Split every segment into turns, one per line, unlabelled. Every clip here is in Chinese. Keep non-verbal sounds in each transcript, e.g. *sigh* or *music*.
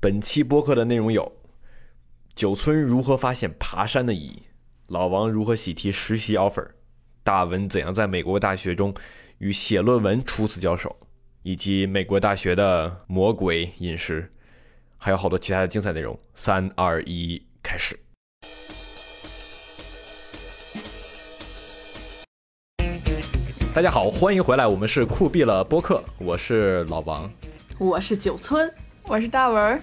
本期播客的内容有：九村如何发现爬山的意义，老王如何喜提实习 offer，大文怎样在美国大学中与写论文初次交手，以及美国大学的魔鬼饮食，还有好多其他的精彩内容。三二一，开始。大家好，欢迎回来，我们是酷毙了播客，我是老王。
我是九村，
我是大文儿，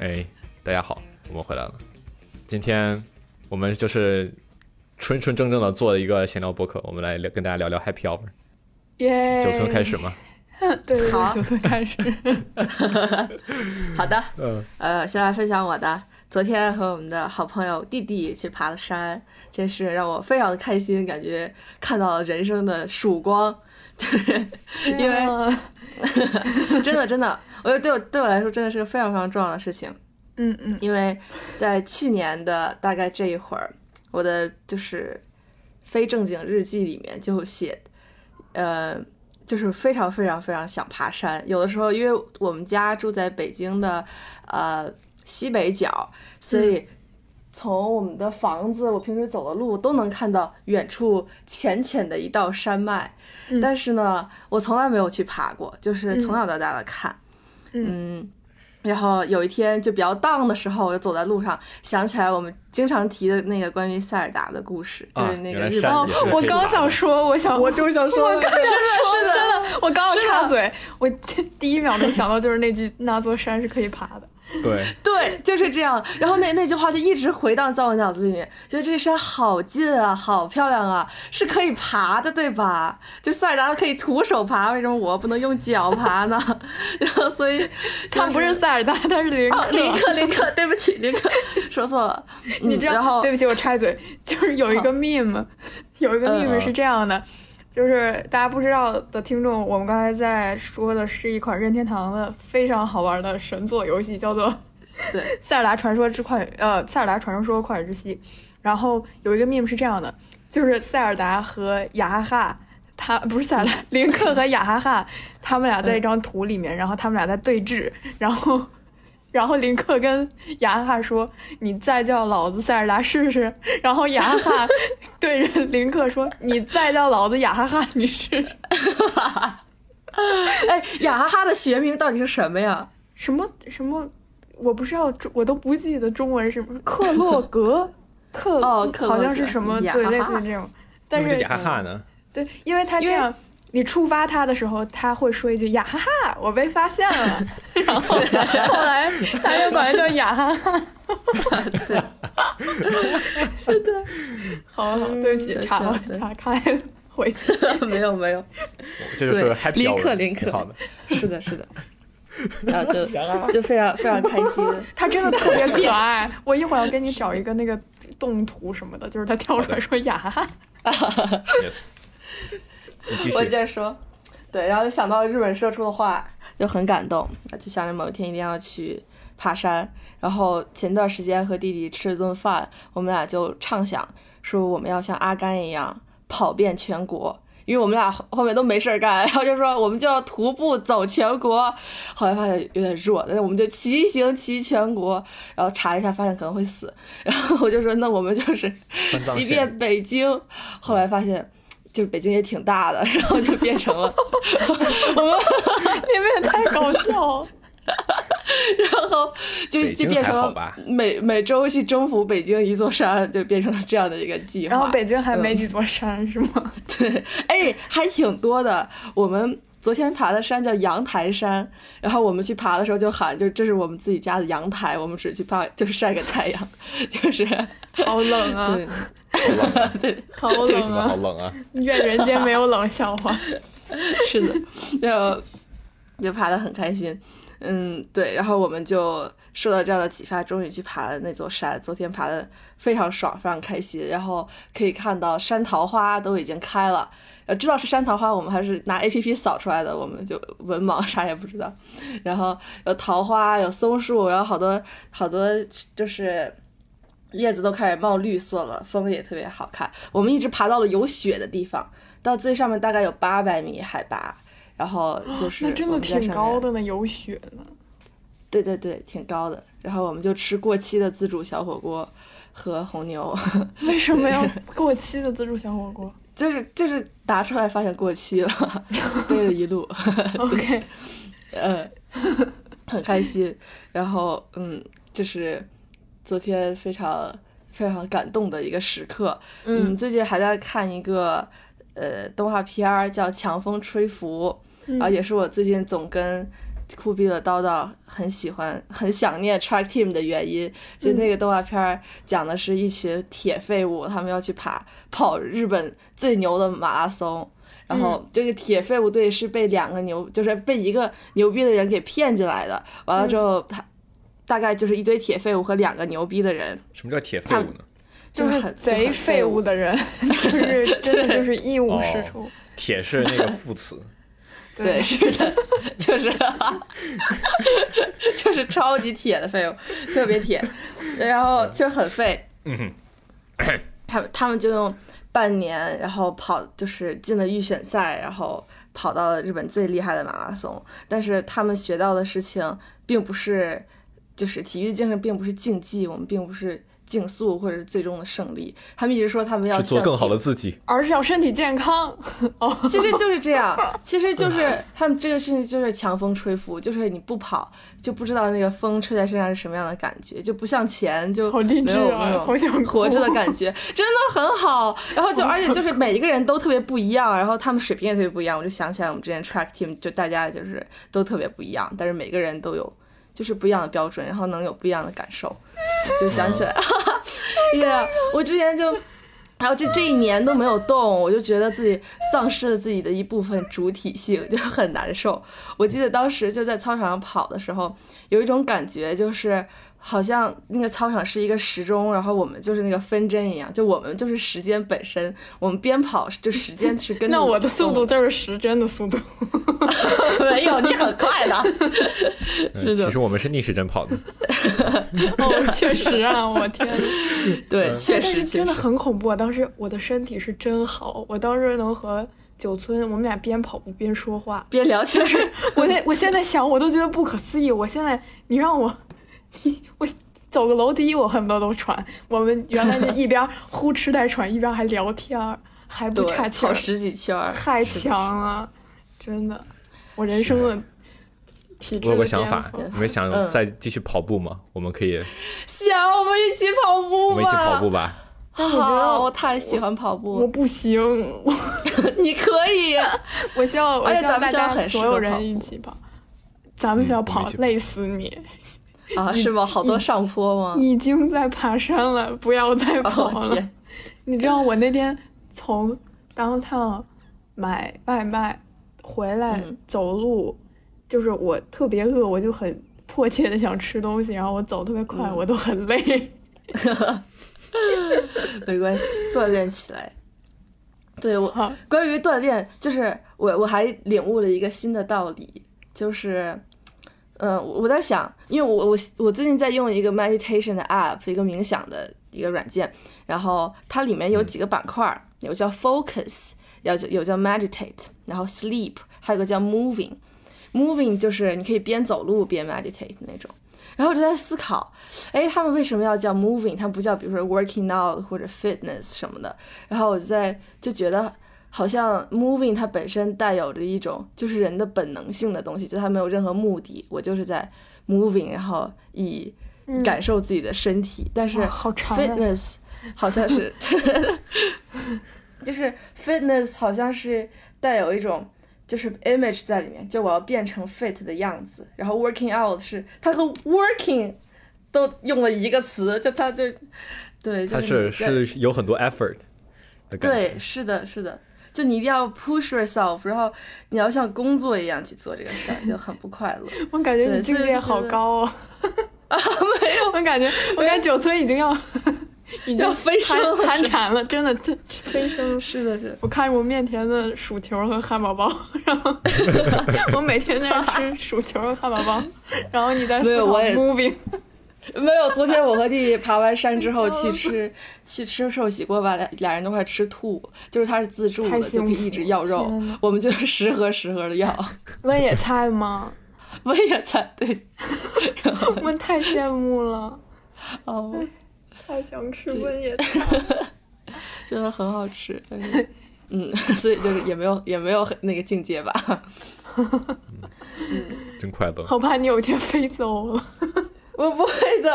哎，大家好，我们回来了。今天我们就是纯纯正正的做了一个闲聊播客，我们来聊跟大家聊聊 Happy Hour。
耶！
九村开始，吗？
对对
好
对，九村开 *laughs* 始。
好的，
嗯，
呃，先来分享我的。昨天和我们的好朋友弟弟去爬了山，真是让我非常的开心，感觉看到了人生的曙光。 *laughs* 就是因为
为，
真的真的，我觉得对我对我来说真的是个非常非常重要的事情。
嗯嗯，
因为在去年的大概这一会儿，我的就是非正经日记里面就写，呃，就是非常非常非常想爬山。有的时候，因为我们家住在北京的呃西北角，所以从我们的房子，我平时走的路都能看到远处浅浅的一道山脉。
嗯
但是呢，我从来没有去爬过，就是从小到大的看。嗯，然后有一天就比较 down 的时候，我就走在路上，想起来我们经常提的那个关于塞尔达的故事，
啊
就是那
原
个
来
日
山
本
哦
也是，
我
可以
刚
玩的
想说，我想，
就想说，
是
真的
的
真的，我刚要
是的
插嘴，我第一秒钟想到就是那句“那座山是可以爬 *laughs* 的
对，
*laughs* 对，就是这样。然后那那句话就一直回荡在我脑子里面，觉得这山好近啊，好漂亮啊，是可以爬的，对吧？就塞尔达可以徒手爬，为什么我不能用脚爬呢？ *laughs* 然后所以、”，
他不是塞尔达，他是林
哦，林
克。
克林克，对不起林克，说错 *laughs* 了。嗯
你知
然
道，
后
对不起，我插嘴，就是有一个 meme，有一个
嗯
meme 是这样的，就是大家不知道的听众，我们刚才在说的是一款任天堂的非常好玩的神作游戏，叫做《
对
*laughs* 塞尔达传说之旷野》呃，《塞尔达传说旷野之息》。然后有一个 meme 是这样的，就是塞尔达和雅哈哈。他不是塞尔达，林克和雅哈哈，他们俩在一张图里面，然后他们俩在对峙，然后然后林克跟雅哈哈说：“你再叫老子塞尔达试试。”然后雅哈哈 *laughs* 对着林克说：“你再叫老子雅哈哈，你试试。
哎，雅哈哈的学名到底是什么呀？”
什么什么，我不知道，我都不记得中文是什
*laughs*
么。克洛格，克
哦克洛格
好像是什么
雅
对，
哈哈
类似于这种。但
但
是
是雅哈哈呢？
对，因为他这样，你触发他的时候，他会说一句“雅哈哈，我被发现了”，
*laughs*
*laughs* 然
哦
后后来他就管他叫雅哈
*laughs*
哈。是的，好好，对不起，
嗯
岔了
是的
岔开了，回去。
没有没有，
这就是
对
Happy
林
Hour，
克林克
挺好的。
是
*laughs*
的，是的，然后就就非常非常开心。
他真的特别
*laughs*
可爱，我一会儿要给你找一个那个动图什么的，就是他跳出来说雅哈 *laughs* 哈。
Yes，你继
我接
续。
着说，对，然后就想到日本社畜的话，就很感动，就想着某一天一定要去爬山。然后前段时间和弟弟吃了顿饭，我们俩就畅想说我们要像阿甘一样跑遍全国。因为我们俩后后面都没事儿干， *laughs* 然后就说我们就要徒步走全国，后来发现有点热，那我们就骑行骑全国，然后查了一下发现可能会死，然后我就说那我们就是
川藏
骑
线
遍北京，后来发现就是北京也挺大的，然后就变成了我们，
你们也太搞笑
*laughs*
了。
然后就
北京
就变成
还好
了
吧
每每周去征服北京一座山，就变成了这样的一个计划。
然后北京还
嗯
没几座山是吗？
对，哎，还挺多的。我们昨天爬的山叫阳台山，然后我们去爬的时候就喊，就这是我们自己家的阳台，我们只去爬就是晒个太阳，就是嗯
好冷啊，
对
好 *laughs*
真
冷
的啊好
啊！
冷啊！
愿人间没有冷笑 *laughs* 话。
是的，然后 *laughs* 就爬得很开心。嗯，对，然后我们就受到这样的启发，终于去爬了那座山。昨天爬的非常爽，非常开心。然后可以看到山桃花都已经开了，呃，知道是山桃花，我们还是 *laughs* 拿 A P P 扫出来的，我们就文盲啥也不知道。然后有桃花，有松树，然后好多好多就是叶子都开始冒绿色了，风也特别好看。我们一直爬到了有雪的地方，到最上面大概有八百米海拔，然后就是
哦那真
我
的
们在
挺
上面
高的呢，有雪呢。
对对对，挺高的。然后我们就吃过期的自助小火锅和红牛，
*laughs*
*laughs*
为什么 *laughs* 要过期的自助小火 *laughs* 锅
就是就是拿出来发现过期了，背了一路。 *laughs*
？OK，
呃，很开心。然后，嗯，就是昨天非常非常感动的一个时刻。嗯，
嗯
最近还在看一个呃动画片儿，叫《强风吹拂》，
嗯
啊，也是我最近总跟。酷毙了叨叨很喜欢，很想念 Track Team 的原因，
嗯
就那个动画片儿讲的是一群铁废物，他们要去爬跑日本最牛的马拉松，然
嗯
后这个铁废物队是被两个牛，就是被一个牛逼的人给骗进来的。完
嗯
了之后，他大概就是一堆铁废物和两个牛逼的人，
什么叫铁废物呢？
就
就是
很
贼
废
废物。哦的 *laughs* 人，就是真的就是一无是处。
铁是那个副词，
对，是的，就是 *laughs* 就是超级铁的废物，特别
*laughs*
铁，然后就很废。
嗯哼，
他们他们就用半年，然后跑就是进了预选赛，然后跑到了日本最厉害的马拉松。但是他们学到的事情并不是，就是体育精神并不是竞技，我们并不是竞速或者是最终的胜利。他们一直说他们要
是做
向
更好
顶
的自
*laughs*
己。
而是要身体健康。 *laughs*
其实就是这样，其实就是他们这个事情就是强风吹拂，就是你不跑就不知道那个风吹在身上是什么样的感觉，就不向前就
好励志
没有
啊
那
好想
种
哭
活着的感觉，真的很好。然后就而且就是每一个人都特别不一样，然后他们水平也特别不一样。我就想起来我们之前 track team 就大家就是都特别不一样，但是每个人都有就是不一样的标准，然后能有不一样的感受，就想起来， *laughs* 耶、我之前就。然后这这一年都没有动，我就觉得自己丧失了自己的一部分主体性， *laughs* 就很难受。我记得当时就在操场上跑的时候，有一种感觉，就是好像那个操场是一个时钟，然后我们就是那个分针一样，就我们就是时间本身，我们边跑就时间是跟着
*laughs* 那我的
们
速
动
度就是时针的 *laughs* 速度。
没有你很快的，
嗯其实我们是逆时针跑的，
哦，确实啊，我 *laughs* 天呐。
*laughs* 对，确
但 *laughs*
实
是
确
真的
实，
很恐怖啊！当时我的身体是真好，我当时能和九村，我们俩边跑步边说话。
边聊天儿。
*laughs* 我那我现在想，我都觉得不可思议。我现在你让我，你我走个楼梯，我恨不得都喘。我们原来就一边呼哧带喘，一边还聊天儿，还不
对
差，
跑
钱儿，
十几圈儿，
太强了，真的，我人生的体质。
我有个想法，
对
你们想
嗯
再继续跑步吗？我们可以，
想我们一起跑步
我
吧，
们一起跑步吧。
*laughs*
但我觉
好
得
我太喜欢跑
我
步，
不行，我
*laughs* 你可以，
我需要，我
而且
需要
咱们
大
学校
家
很适
所
合
有
跑
人一起跑。咱们学校
嗯我们
跑
一起
累死你，
啊，是吗？好多上坡吗？
已经在爬山了，不要再跑
*laughs* 哦
了。
天，
你知道我那天从 downtown 买外卖回来
嗯
走路，就是我特别饿，我就很迫切的想吃东西，然后我走特别快，
嗯
我都很累。
*laughs* 没关系，锻炼起来。对我
好，
关于锻炼，就是我我还领悟了一个新的道理，就是，呃，我我在想，因为我我我最近在用一个 meditation 的 app，一个冥想的一个软件，然后它里面有几个板块儿，有叫 focus，有叫有叫 meditate，然后 sleep，还有个叫 moving。moving 就是你可以边走路边 meditate 那种。然后我就在思考，哎，他们为什么要叫 moving？他们不叫比如说 working out 或者 fitness 什么的。然后我就在就觉得。好像 moving 它本身带有着一种就是人的本能性的东西，就它没有任何目的，我就是在 moving，然后以感受自己的身体。但是
嗯哇好长啊
fitness 好像是， *laughs* 就是 fitness 好像是带有一种就是 image 在里面，就我要变成 fit 的样子。然后 working out 是它和 working 都用了一个词，就它就对，就
它
是
是
你在
是有很多 effort 的感觉。
对，是的，是的，就你一定要 push yourself，然后你要像工作一样去做这个事儿，就很不快 *laughs* 乐。
我感觉
对
你境
所以
界
就啊觉
好
得
高哦。没有， *laughs* 我感觉我感觉九村已
*laughs*
经要已
要
经
飞升了
参
是
参禅了，
*laughs*
真的这这飞升。
是的，是的，
我看着我面前的薯球和汉堡包， *laughs*
*laughs*
然后我每天在那吃薯球和汉堡包， *laughs* 然后你在
没
思
有
考
我也
moving，
没有。昨天我和弟弟爬完山之后去吃去吃寿喜锅，把俩俩人都快吃吐。就是他是自助
太
的，就
幸
可以
福
一直
了
要肉 *laughs*
天呐，
我们就是十盒十盒的要。
温野菜吗？
我也猜对。然后
我们太羡慕了，
哦，
嗯太想吃
这
温野
真的很好吃，但是嗯， *laughs* 所以就是也没有也没有很那个境界吧。 *laughs*
真快乐。
好怕你有一天飞走了。
我不会的。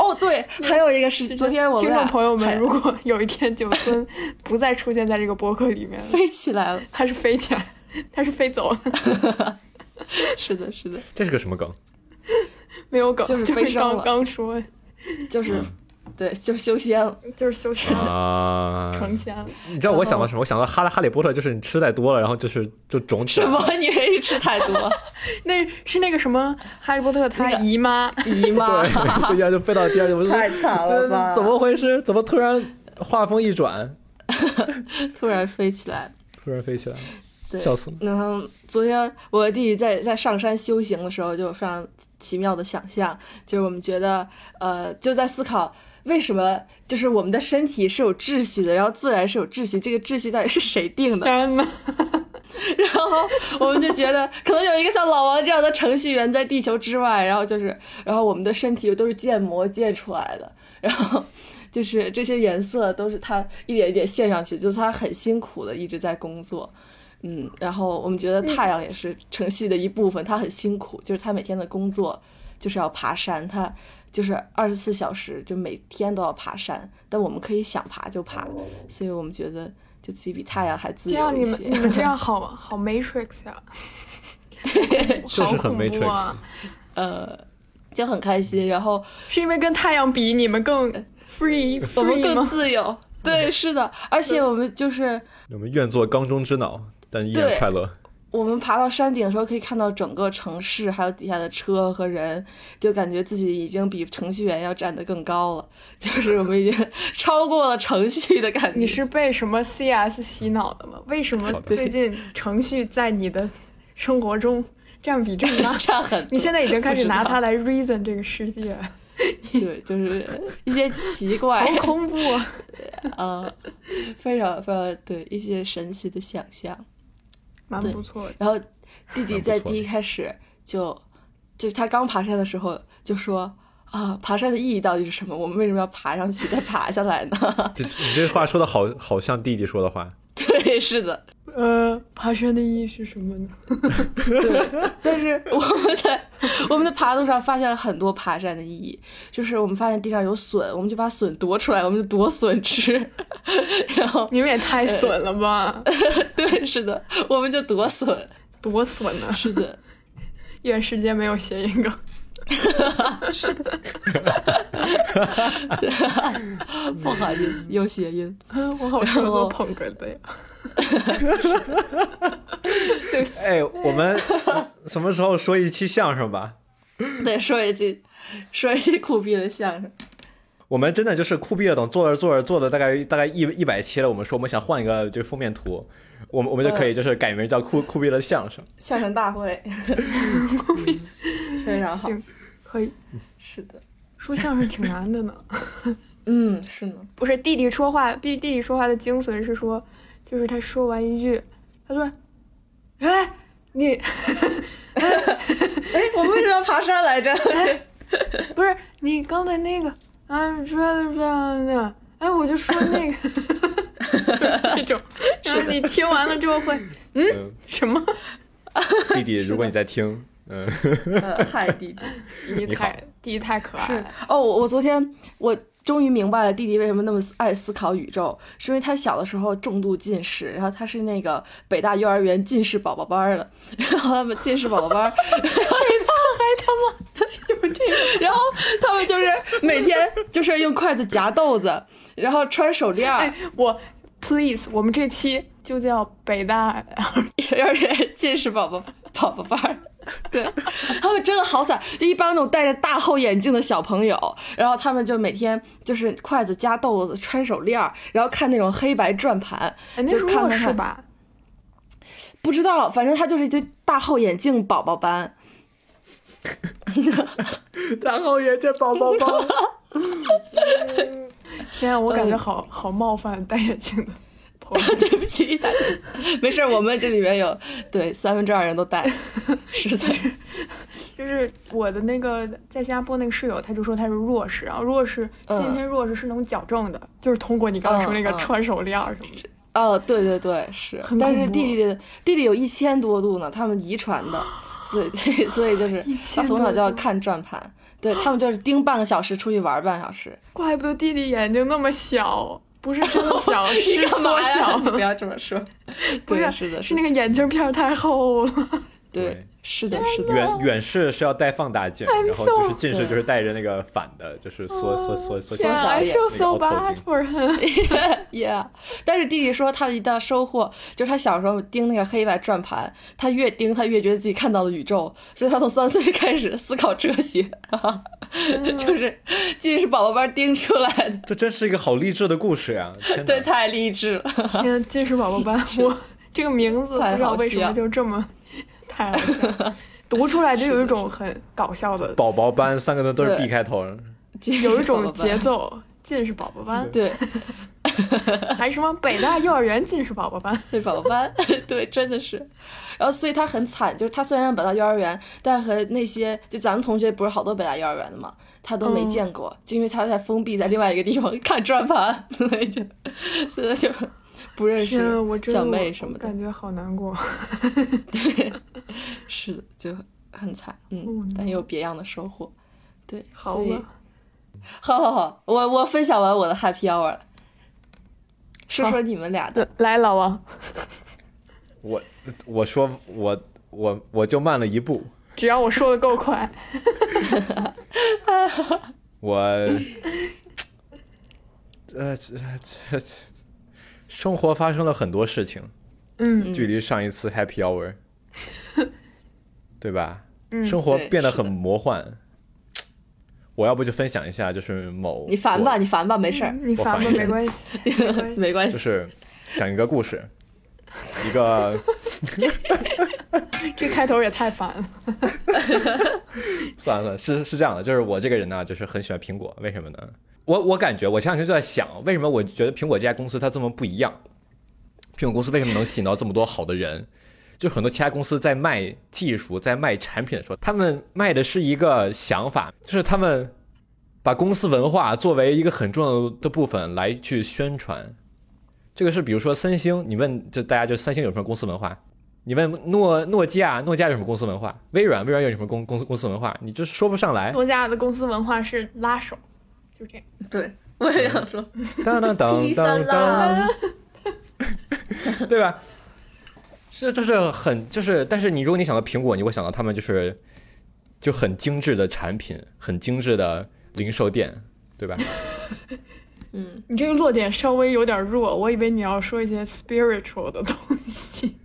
哦，对，还有一个是昨天我们
嗯听
俩
众朋友们，
还
如果有一天九村不再出现在这个博客里面了，
飞起来了。
他是飞起来，他是飞走了，
是的，是的，
这是个什
*laughs*
么梗？
没有梗，
就
就是是
飞上
刚
了
刚说，嗯
就是、
嗯
对，就修仙了。
就是修仙了，
啊，
成仙了。
你知道我想
嗯
到什么？我想到哈利哈利波特，就是你吃太多了，然后就是啊就肿起
什
来了。
么？你真是吃太
*laughs*
多？
那是那个什么哈利波特他
那个
姨 *laughs* 妈，
姨妈，
*laughs* 对，就一下就飞到第二季，我就说
惨
呃怎么回事？怎么突然画风一转，
突然飞起来了？
突然飞起来了？
对，
笑死了
然后昨天我弟弟在在上山修行的时候，就有非常奇妙的想象，就是我们觉得，呃，就在思考为什么就是我们的身体是有秩序的，然后自然是有秩序，这个秩序到底是谁定的？
天呐，
然后我们就觉得，可能有一个像老王这样的程序员在地球之外，然后就是，然后我们的身体又都是建模建出来的，然后就是这些颜色都是他一点一点炫上去，就是他很辛苦的一直在工作。嗯，然后我们觉得太阳也是程序的一部分，他很辛苦，就是他每天的工作就是要爬山，他就是二十四小时就每天都要爬山，但我们可以想爬就爬，所以我们觉得就自己比太阳还自
这
由
啊样你
一
们
些。
你们这样好好 Matrix 呀、
*laughs* 就
好
是很
恐怖
Matrix
啊。
呃，就很开心，然后
是因为跟太阳比，你们更 free，, free
我们更
吗
自
*laughs*
由。对，是的，而且我们就是
我们愿做缸中之脑，但依然
对
快
*laughs*
乐。
我们爬到山顶的时候，可以看到整个城市，还有底下的车和人，就感觉自己已经比程序员要站得更高了， *laughs* 就是我们已经超过了程序的感觉。
你是被什么 CS 洗脑的吗？为什么
好的
最近程序在你的生活中占比这么
*laughs*
大？
站很，
你现在已经开始拿它
了。
来 reason 这个世界，
对，就是一些奇怪
哎
好恐怖、
*laughs*
啊！
呃，非常非常对一些神奇的想象。
蛮
对
不错的，
然后弟弟在
蛮不错的
第一开始就，就是他刚爬山的时候就说啊，爬山的意义到底是什么？我们为什么要爬上去再爬下来呢？ *laughs*
这你这话说的好好像弟弟说的话，
对，是的，
呃，爬山的意义是什么呢？
对。但是我们在我们的爬路上发现了很多爬山的意义，就是我们发现地上有笋，我们就把笋夺出来，我们就夺笋吃。 *laughs* 然后，
你们也太
呃
损了吧，
对，是的，我们就夺笋。
多损啊
*laughs*
呢、
是的，
愿世间没有谐音梗。 *laughs*
不好意思，有谐音。
我好适合做捧哏
*laughs*
的呀。 *laughs* 对不起，
哎，我
*laughs*
们什么时候说一期相声吧？
对，说一句，说一句苦逼的相声。
我们真的就是酷毙了，等做着做着做的大概大概一一百期了，我们说我们想换一个就是封面图，我们我们就可以就是改名叫酷酷毙了相声。
相声大 *laughs* 会，非常好，
行，可以
是的，
说相声挺难的呢。
嗯，是呢，
不是弟弟说话，弟弟弟说话的精髓是说，就是他说完一句，他说：“哎，你 *laughs*
哎，我们为什么要爬山来着？
不是你刚才那个啊，说的这样的，哎，我就说那个，就是这种。”然后你听完了之后会
嗯，
什么？
弟弟，如果你在听，嗯，
*laughs* 呃，嗨，弟弟，
弟弟
你好
太弟弟太可爱哎
是
了，
哦，我我昨天我终于明白了弟弟为什么那么爱思考宇宙，是因为他小的时候重度近视，然后他是那个北大幼儿园近视宝宝班儿的， *laughs* 然后他们近视宝宝班儿， *laughs*
还他妈有这个。
然后他们就是每天就是用筷子夹豆子，然后穿手链儿，
哎，我 please，我们这期就叫北大，
*laughs* 幼儿园近视宝宝宝宝班
*laughs*
儿。对，他们真的好惨，就一帮那种戴着大厚眼镜的小朋友，然后他们就每天就是筷子夹豆子、穿手链儿，然后看那种黑白转盘，
哎，那
就是看
卧
看
室
看
吧？
不知道，反正他就是一堆大厚眼镜宝宝
*laughs*
班。
然后也见宝宝包。
天啊，我感觉好好冒犯戴眼镜的朋友。
对不起，大家，
*laughs*
没事儿，我们这里面有对三分之二人都戴，是的，
就是我的那个在新加坡那个室友，他就说他是弱视，然后弱视
嗯
先天弱视是能矫正的，就是通过你刚才说那个
嗯嗯
穿手链儿什么的。
哦，对对对，是
很，
但
恐
是
怖
弟弟的弟弟有一千多度呢，他们遗传的，所以 *laughs* 所以就是他
1000
从小就要
多度
看转盘，对他们就是盯半个小时，出去玩半小时。
怪不得弟弟眼睛那么小，不是真的
*laughs*
小，
*laughs* 你
是
干嘛
缩
呀
小 *laughs*
你，不要这么 *laughs* 说。
不
对，
是
是的，
是
的
那个眼镜片儿太厚了。
对
对，是的，是的，
远远视是要戴放大镜，
I'm
然后就是
so-
近视
对
就是戴着那个反的，就是缩缩缩缩小
Yeah,
小
啊 I
眼
feel
那个
so
凹透
bad
镜
for
*laughs*
him。
yeah。但是弟弟说他的一大收获就是他小时候盯那个黑白转盘，他越盯他越觉得自己看到了宇宙，所以他从三岁开始思考哲学， *laughs* 就是近视宝宝班盯出来的，
这真是一个好励志的故事呀！天哪
对，太励志 *laughs* 了。
天，近视宝
*laughs*
宝班，我这个名字不
太
知道
好
为什
笑
么就这么 *laughs* 太好笑
*laughs*
了，读出来就有一种很搞笑的，
宝宝班三个字都是
对
B 开头，
近视
有一
宝
种
宝班
节奏。近视宝宝班，
对，
还什么北大幼儿园近视宝宝班，
对宝宝班， *laughs* 对，真的是。然后，所以他很惨，就是他虽然北大幼儿园，但和那些就咱们同学不是好多北大幼儿园的嘛，他都没
嗯
见过，就因为他在封闭在另外一个地方看转盘，所以就 *laughs* 所以就不认识
天，啊我真的
小妹什么的，
感觉好难过。
*laughs* 是的，就很惨，嗯
嗯，
但也有别样的收获。对，
好啊
所以 *laughs*
了，
好好好，我我分享完我的 happy hour 了，说
好
说你们俩的，
来老王，
我我说我我我就慢了一步，
只要我说的够快，
*laughs*
我呃这这这生活发生了很多事情，
嗯，
距离上一次 Happy
*laughs*
Hour，对吧？
嗯
生活
对
变得
是的
很魔幻。我要不就分享一下，就是某
你烦吧，你烦吧，没事儿，
你烦吧
我烦
没关 *laughs* 系，没关系
没关
就
系，
是讲一个故事，一
*laughs*
个
这开头也太烦了。
算了算了，是是这样的，就是我这个人呢，就是很喜欢苹果，为什么呢？我我感觉我前两天就在想，为什么我觉得苹果这家公司它这么不一样？苹果公司为什么能吸引到这么多好的人？就很多其他公司在卖技术、在卖产品的时候，他们卖的是一个想法，就是他们把公司文化作为一个很重要的部分来去宣传。这个是比如说三星，你问就大家就三星有什么公司文化？你问诺诺基亚，诺基亚有什么公司文化？微软，微软有什么公公司公司文化？你就是说不上来。
诺基亚的公司文化是拉手，就这样。
对，我也想说。
当当当当当，对吧？是，这是很就是，但是你如果你想到苹果，你会想到他们就是就很精致的产品，很精致的零售店，对吧？
嗯
你这个落点稍微有点弱，我以为你要说一些 spiritual 的东西，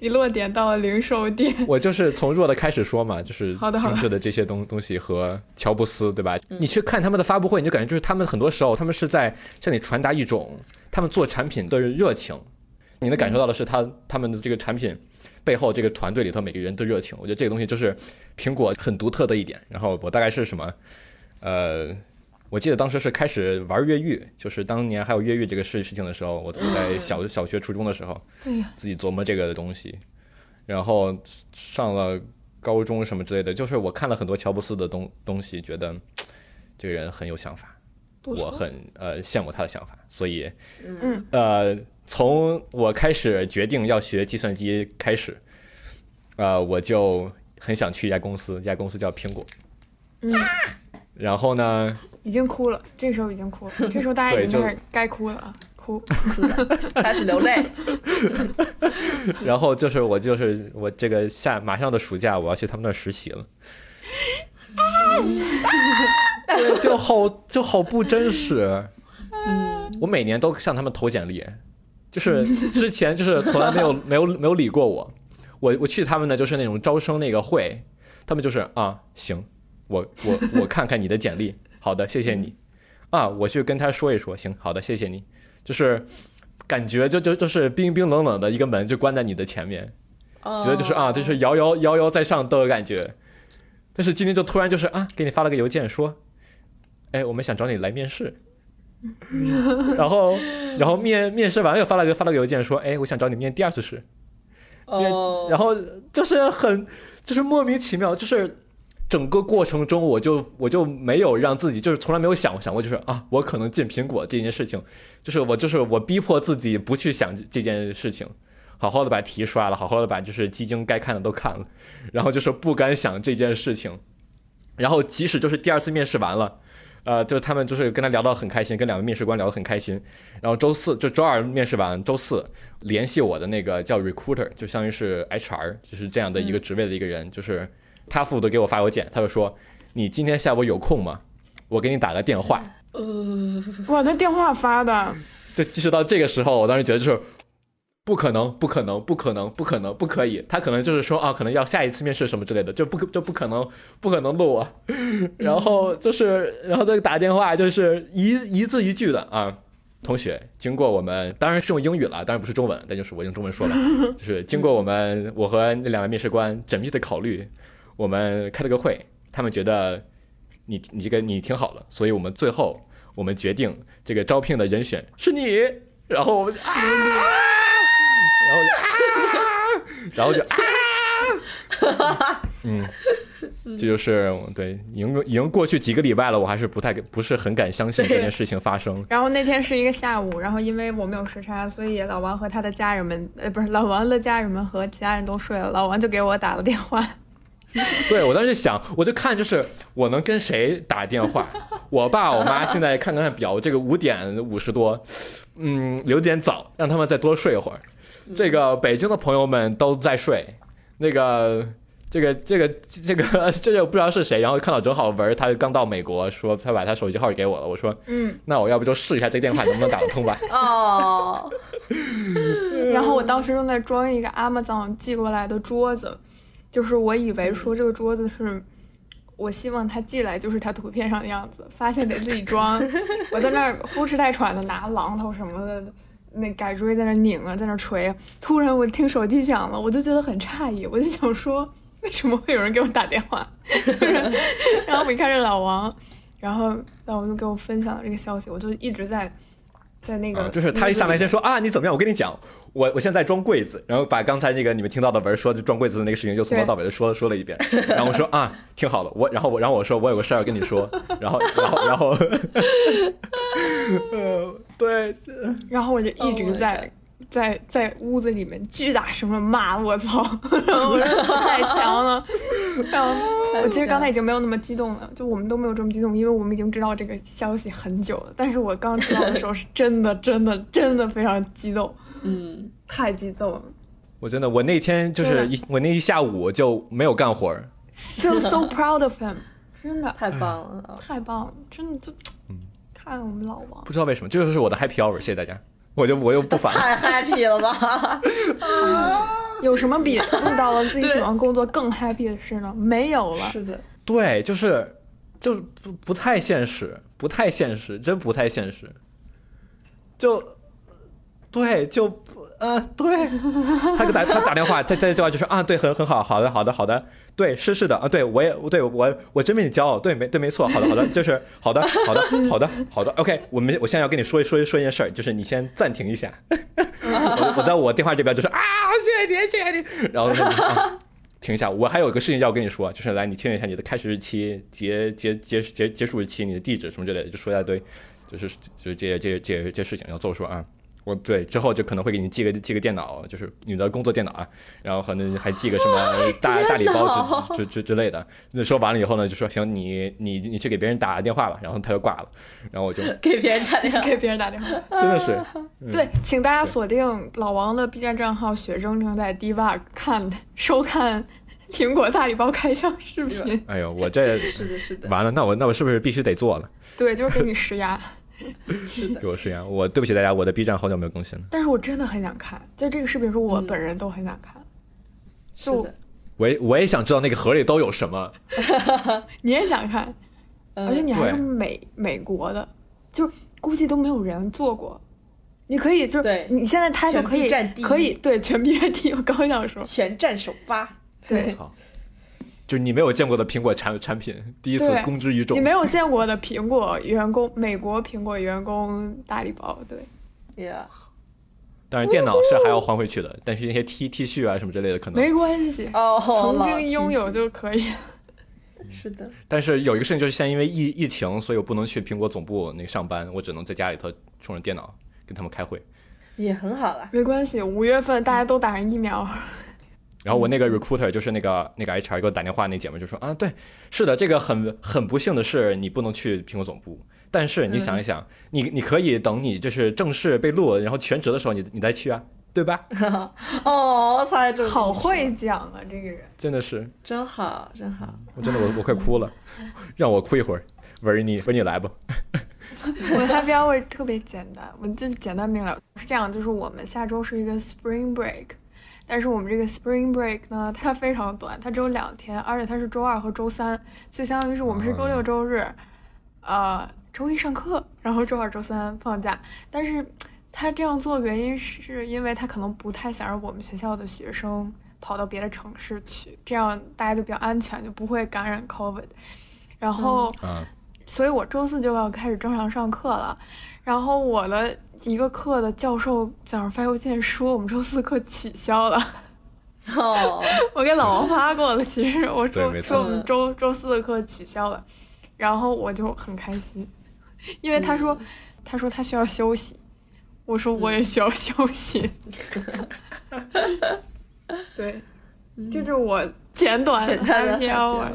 你落点到了零售店。 *laughs*
我就是从弱的开始说嘛，就是
好的好
精
的嗯
致的这些东东西和乔布斯，对吧？你去看他们的发布会，你就感觉就是他们很多时候他们是在向你传达一种他们做产品的热情，你能感受到的是他他们的这个产品背后这个团队里头每个人的热情。我觉得这个东西就是苹果很独特的一点。然后我大概是什么，呃。我记得当时是开始玩越狱，就是当年还有越狱这个事事情的时候，我我在小小学初中的时候，
对呀，
自己琢磨这个东西，然后上了高中什么之类的，就是我看了很多乔布斯的东东西，觉得这个人很有想法，
不错
我很呃羡慕他的想法，所以
嗯
呃从我开始决定要学计算机开始，呃我就很想去一家公司，一家公司叫苹果，
嗯，
然后呢，
已经哭了，这时候已经哭了，这时候大家
对
已经
就
开始该哭了啊，哭。
开始流 *laughs* 泪。
*laughs* 然后就是我就是我这个下马上的暑假我要去他们那儿实习了， *laughs* 对，就好就好不真实。我每年都向他们投简历，就是之前就是从来没有没有没有理过我，我我去他们呢就是那种招生那个会，他们就是啊行，我我我看看你的简历，好的谢谢你，啊我去跟他说一说，行好的谢谢你，就是感觉就就就是冰冰冷冷的一个门就关在你的前面，
哦
觉得就是啊，就是遥遥遥遥在上的感觉。但是今天就突然就是啊，给你发了个邮件说，哎，我们想找你来面试。 *laughs* 然后，然后面面试完了又发了个发了个邮件说，哎，我想找你面第二次试。面
哦，
然后就是很就是莫名其妙，就是整个过程中，我就我就没有让自己，就是从来没有想想过，就是啊，我可能进苹果这件事情，就是我就是我逼迫自己不去想这件事情，好好的把题刷了，好好的把就是基金该看的都看了，然后就是不敢想这件事情，然后即使就是第二次面试完了。呃，就是他们就是跟他聊到很开心，跟两位面试官聊得很开心。然后周四就周二面试完，周四联系我的那个叫 recruiter，就相当于是 HR，就是这样的一个职位的一个人，就是他负责给我发邮件，他就说你今天下午有空吗？我给你打个电话。
呃，
哇，他电话发的，
就即使到这个时候，我当时觉得就是不可能，不可能，不可能，不可能，不可以。他可能就是说啊，可能要下一次面试什么之类的，就不可就不可能，不可能录我。啊 *laughs* 然后就是，然后再打电话，就是一一字一句的啊。同学，经过我们，当然是用英语了，当然不是中文，但就是我用中文说吧，就是经过我们我和那两位面试官缜密的考虑，我们开了个会，他们觉得你你这个你挺好的，所以我们最后我们决定这个招聘的人选是你，然后我们就啊，然后就啊，然后就啊，嗯，这就是我对已经已经过去几个礼拜了，我还是不太不是很敢相信这件事情发生。
然后那天是一个下午，然后因为我没有时差，所以老王和他的家人们，呃，不是老王的家人们和其他人都睡了，老王就给我打了电话。
对我当时想，我就看就是我能跟谁打电话。 *laughs* 我爸我妈现在看看表，这个五点五十多，嗯，有点早，让他们再多睡会儿。这个北京的朋友们都在睡，那个。这个这个这个 *laughs* 这个不知道是谁，然后看到正好文儿他刚到美国，说他把他手机号给我了，我说，
嗯，
那我要不就试一下这个电话能不能打得通吧？
*laughs* 哦，
然后我当时正在装一个 Amazon 寄过来的桌子，就是我以为说这个桌子是，我希望他寄来就是他图片上的样子，发现得自己装。我在那儿呼哧带喘的拿榔头什么的，那改锥在那儿拧啊，在那儿锤啊。突然我听手机响了，我就觉得很诧异，我就想说为什么会有人给我打电话？ *laughs* 就是然后我一看是老王，然后老王就给我分享了这个消息，我就一直在。在那个、
啊，就是他一上来先说啊，你怎么样？我跟你讲，我我现在在装柜子，然后把刚才那个你们听到的文儿说的装柜子的那个事情，就从头
对
到尾的说说了一遍。然后我说啊，挺好的，我然后我然后我说我有个事儿要跟你说，然后然后然后，呃，对，
然后我就一
Oh
直
my
在、在在屋子里面巨大声的骂我 *laughs* 操，然后我说太强 *laughs* 了，然后我其实刚才已经没有那么激动了，就我们都没有这么激动，因为我们已经知道这个消息很久了，但是我刚知道的时候是真的真的真的非常激动，
嗯，
太激动了，
我真的我那天就是一我那一下午就没有干活儿，
feel *laughs* so proud of him，真的
太棒了，
太棒了，真的就看我们老 *laughs* 王，
不知道为什么，这就是我的 happy hour，谢谢大家，我就我又不烦了。
太 happy 了吧？
有什么比遇到了自己喜欢工作更 happy 的事呢？没有了。
*laughs* 是的，
对，就是就是不不太现实，不太现实，真不太现实。就对，就不呃，对，他给打他打电话，他他这句话就说啊，对，很很好，好的，好的，好的，对，是是的啊，对我也对我我真为你骄傲，对没对没错，好的好的，就是好的好的好的好的，OK，我们我现在要跟你说一说一说一件事儿，就是你先暂停一下， *laughs* 我我在我电话这边就是啊，谢谢你谢谢你，然后他就、啊、停一下，我还有一个事情要跟你说，就是来你确认一下你的开始日期、结结结结结束日期、你的地址什么之类的，就说一大堆，就是就是这些这些这些这些事情要做出啊。我对之后就可能会给你寄个寄个电脑，就是你的工作电脑啊，然后可能还寄个什么大大礼包之之之之类的。那说完了以后呢，就说行，你你你去给别人打个电话吧，然后他就挂了，然后我就
*laughs* 给别人打电话，
给别人打电话，
真的是，
对，请大家锁定老王的 B 站账号“雪铮正在 D v 看收看苹果大礼包开箱视频。
哎呦，我这
是的，是的，
完了，那我那我是不是必须得做了？
对，就是给你施压。
是的，
给我试验，我对不起大家，我的 B 站好久没有更新了，
但是我真的很想看，就这个视频是我本人都很想看。
是
就
的，
我也我也想知道那个盒里都有什么。
你也想看，而且
嗯，
你还是
对
美美国的，就是估计都没有人做过。你可以就是
对
你现在他就
全
可以
B 站第一
可以对全 B 站第一，我刚想说
全站首发，
*laughs* 对。
操，就是你没有见过的苹果产产品，第一次
对
公之于众
你。没有见过的苹果员工，美国苹果员工大礼包，对，
呀，
当然，电脑是还要还回去的，但是那些 T T 恤啊什么之类的，可能
没关系，
哦，
曾
老
经拥有就可以。
是的，
但是有一个事情就是现在因为疫疫情，所以我不能去苹果总部那个上班，我只能在家里头冲着电脑跟他们开会。
也很好啦。
没关系，五月份大家都打上疫苗，
然后我那
嗯
个 recruiter 就是那个那个 HR 给我打电话，那姐们就说啊，对，是的，这个很很不幸的是你不能去苹果总部，但是你想一
嗯
想，你你可以等你就是正式被录，然后全职的时候你你再去啊，对吧？
哦，他还这么
好会讲啊，这个人。
真的是，
真好，真 *laughs* 好。
我真的我我快哭了，让我哭一会儿，文儿你文儿你来吧，
我的 happy hour 特别简单，我就简单明了。是这样，就是我们下周是一个 spring break，但是我们这个 spring break 呢，它非常短，它只有两天，而且它是周二和周三，就相当于是我们是周六周日，呃，周一上课，然后周二周三放假。但是他这样做原因是因为他可能不太想让我们学校的学生跑到别的城市去，这样大家就比较安全，就不会感染 covid。然后，
啊，
所以我周四就要开始正常上课了。然后我的一个课的教授早上发邮件说我们周四课取消了， *laughs*
哦，
我给老王发过了。其实我
对
说
没错
说我们周周四的课取消了，然后我就很开心，因为他
嗯
说、他说他需要休息，我说我也需要休息。
嗯
*laughs* 对，这就是我简短
简单的
happy
happy
hour
hour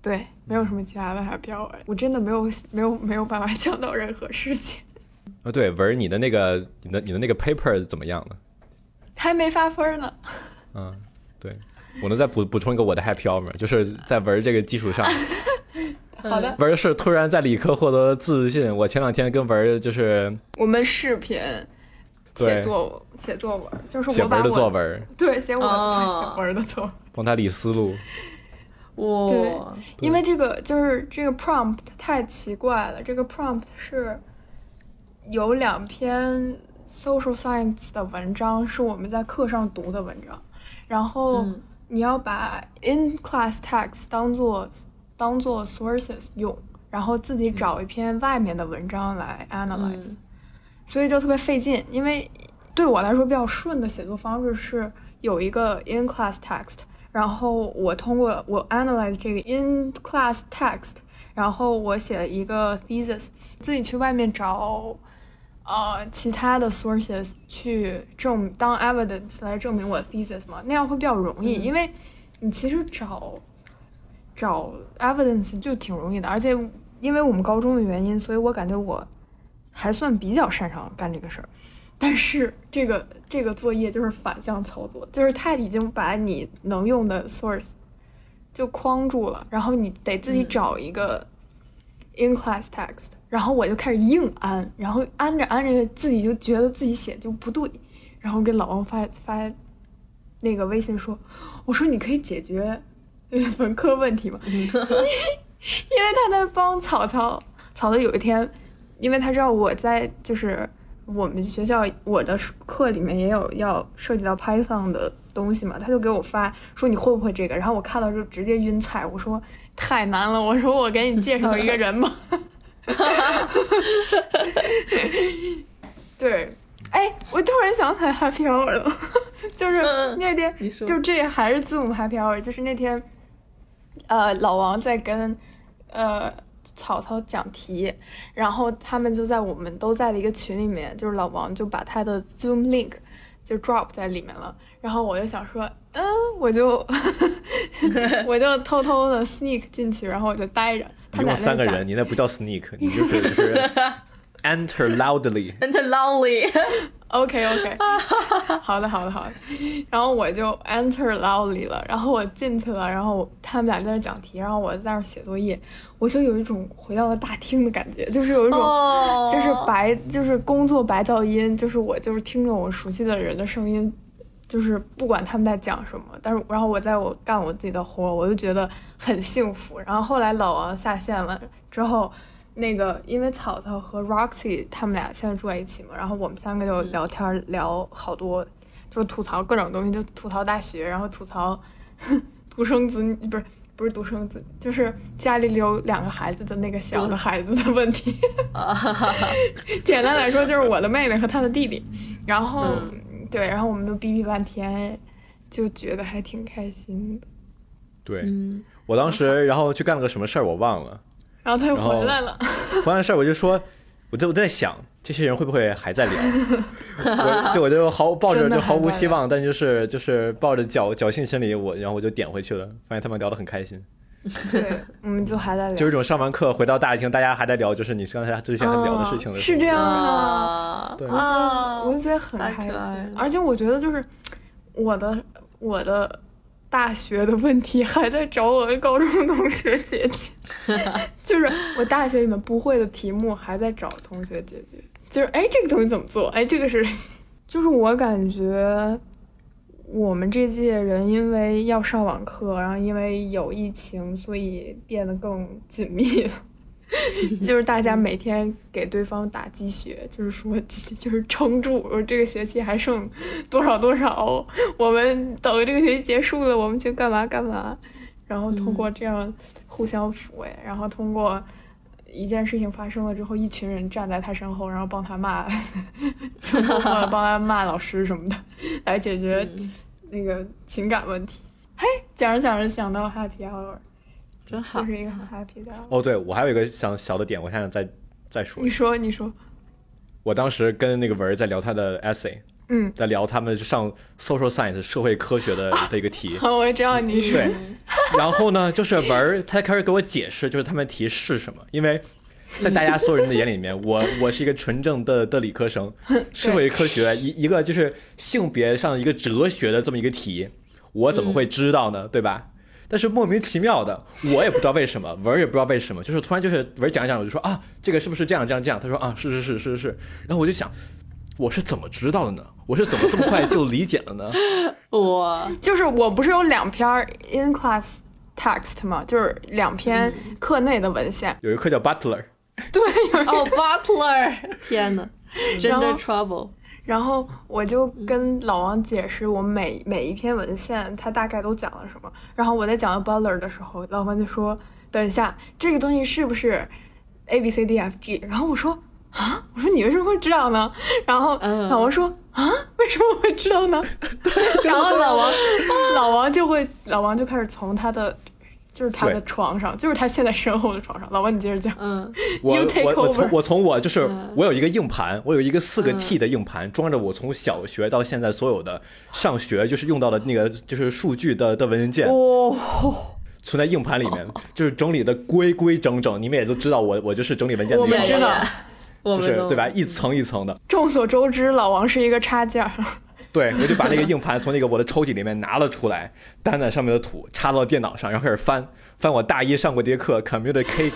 对，没有什么其他的 happy hour，我真的没有没有没有办法想到任何事情， *laughs*
啊对，文儿你的那个你的你的那个 paper 怎么样了？
还没发分呢。
嗯，对，我能再补补充一个我的 happy hour，吗就是在文儿这个基础
*laughs*
上，
好的，
文儿是突然在理科获得自信。我前两天跟文儿就是
我们视频
对
写作文写作文，就是
写
我
文
把
儿
我
的作文，
对写我的、
哦
*laughs* 写文儿的作文，
帮他理思路。
嗯哇，
对
因为这个就是这个 prompt 太奇怪了，这个 prompt 是有两篇 social science 的文章是我们在课上读的文章，然后
嗯
你要把 in class text 当做当做 sources 用，然后自己找一篇外面的文章来 analyze，、
嗯
所以就特别费劲。因为对我来说比较顺的写作方式是有一个 in class text，然后我通过我 analyze 这个 in class text，然后我写一个 thesis，自己去外面找呃其他的 sources 去证当 evidence 来证明我的 thesis 嘛，那样会比较容易，因为你其实找找 evidence 就挺容易的，而且因为我们高中的原因，所以我感觉我还算比较擅长干这个事儿。但是这个这个作业就是反向操作，就是他已经把你能用的 source 就框住了，然后你得自己找一个 in class text，、然后我就开始硬安，然后安着安着自己就觉得自己写就不对，然后给老王发发那个微信说，我说你可以解决 *laughs* 文科问题吗？因为他在帮草草。草草有一天，因为他知道我在就是我们学校我的课里面也有要涉及到 Python 的东西嘛，他就给我发说你会不会这个，然后我看到就直接晕菜，我说太难了，我说我给你介绍一个人吧。对，哎，我突然想起来 Happy Hour 了，就是
嗯
那天
你说
就这还是字母 Happy Hour，就是那天，呃，老王在跟呃草草讲题，然后他们就在我们都在的一个群里面，就是老王就把他的 Zoom link 就 drop 在里面了，然后我就想说，嗯，
*laughs*
我就我就偷偷的 sneak 进去，然后我就待着，
一
他奶
共
奶
三个
讲 *laughs*
人，你那不叫 sneak，你就是就是 enter loudly。
真的 lonely，
OK OK，好的好的好的，然后我就 enter loudly 了，然后我进去了，然后他们俩在那儿讲题，然后我在那儿写作业，我就有一种回到了大厅的感觉，就是有一种
哦
就是白就是工作白噪音，就是我就是听着我熟悉的人的声音，就是不管他们在讲什么，但是然后我在我干我自己的活儿，我就觉得很幸福。然后后来老王下线了之后，那个因为草草和 Roxy 他们俩现在住在一起嘛，然后我们三个就聊天儿聊好多，就是吐槽各种东西，就吐槽大学，然后吐槽 *laughs* 独生子女不是。不是独生子，就是家里有两个孩子的那个小的孩子的问题。 *laughs* 简单来说就是我的妹妹和她的弟弟，然后、对，然后我们就逼逼半天，就觉得还挺开心的。
对
嗯，
我当时然后去干了个什么事儿，我忘了。
然后他又
然后
回
*laughs*
来了，
完了事儿，我就说，我就我在想，这些人会不会还在聊？我就我就毫抱着
真的
就毫无
还在
希望，但就是就是抱着侥侥幸心理，我然后我就点回去了，发现他们聊得很开心，
对，我们就还在聊，
就有一种上完课回到大厅，大家还在聊，就是你刚才之前聊的事情
啊
了。
是这样啊。
啊
对
啊
我就觉得很
太
开
可爱啊
心
了，
而且我觉得就是我的我的大学的问题还在找我的高中同学解决，
*laughs*
就是我大学里面不会的题目还在找同学解决，就是哎这个东西怎么做，哎这个是， *laughs* 就是我感觉我们这届人因为要上网课，然后因为有疫情，所以变得更紧密了。就是大家每天给对方打鸡血，就是说， *laughs* 就是撑住，我这个学期还剩多少多少，我们等这个学期结束了，我们去干嘛干嘛，然后通过这样互相抚慰，然后通过一件事情发生了之后，一群人站在他身后，然后帮他骂，就包括帮他骂老师什么的，来解决那个情感问题。嘿，讲着讲着想到 happy hour，
真好
就。是一个很 happy 的 hour。
哦，对，我还有一个想小的点，我想想再再说一
你
下。
说，你说，
我当时跟那个文儿在聊他的 essay，
嗯，
在聊他们上 social science 社会科学的的一个题。
好， *laughs* 我知道你说，
对，然后呢，就是文儿他开始给我解释，就是他们题是什么，因为在大家所有人的眼里面，我我是一个纯正的的理科生，社会科学一一个就是性别上一个哲学的这么一个题，我怎么会知道呢？对吧？但是莫名其妙的，我也不知道为什么， *laughs* 文儿也不知道为什么，就是突然就是文儿讲一讲，我就说啊，这个是不是这样这样这样？他说啊，是是是是是。然后我就想，我是怎么知道的呢？我是怎么这么快就理解了呢？
我
就是我不是有两篇 in class text 吗？就是两篇课内的文献。
有一个课叫 Butler，
*laughs* 哦，Butler，天呐，真的
然后
trouble，
然后我就跟老王解释我每每一篇文献它大概都讲了什么。然后我在讲到 Butler 的时候，老王就说：“等一下，这个东西是不是 A B C D E F G？” 然后我说：“啊，我说你为什么会知道呢？”然后
嗯
老王说：“啊，为什么我会知道呢？” *laughs* 然后老王老王就会老王就开始从他的。就是他的
对
床上，就是他现在身后的床上。老王，你接着讲。
嗯，
我
You take
我我从
over 嗯
我从我就是我有一个硬盘，我有一个四个 T 的硬盘，装着我从小学到现在所有的上学就是用到的那个就是数据的的文件，
哦，
存在硬盘里面，
哦
就是整理的规规整整。你们也都知道我我就是整理文件的
我
那
们
个
知
人，
道，
我
就
们
是
都
对吧？？一层一层的，
众所周知，老王是一个插件儿。
对我就把那个硬盘从那个我的抽屉里面拿了出来，掸掸上面的土，插到电脑上，然后开始翻翻我大一上过的一个课 communication、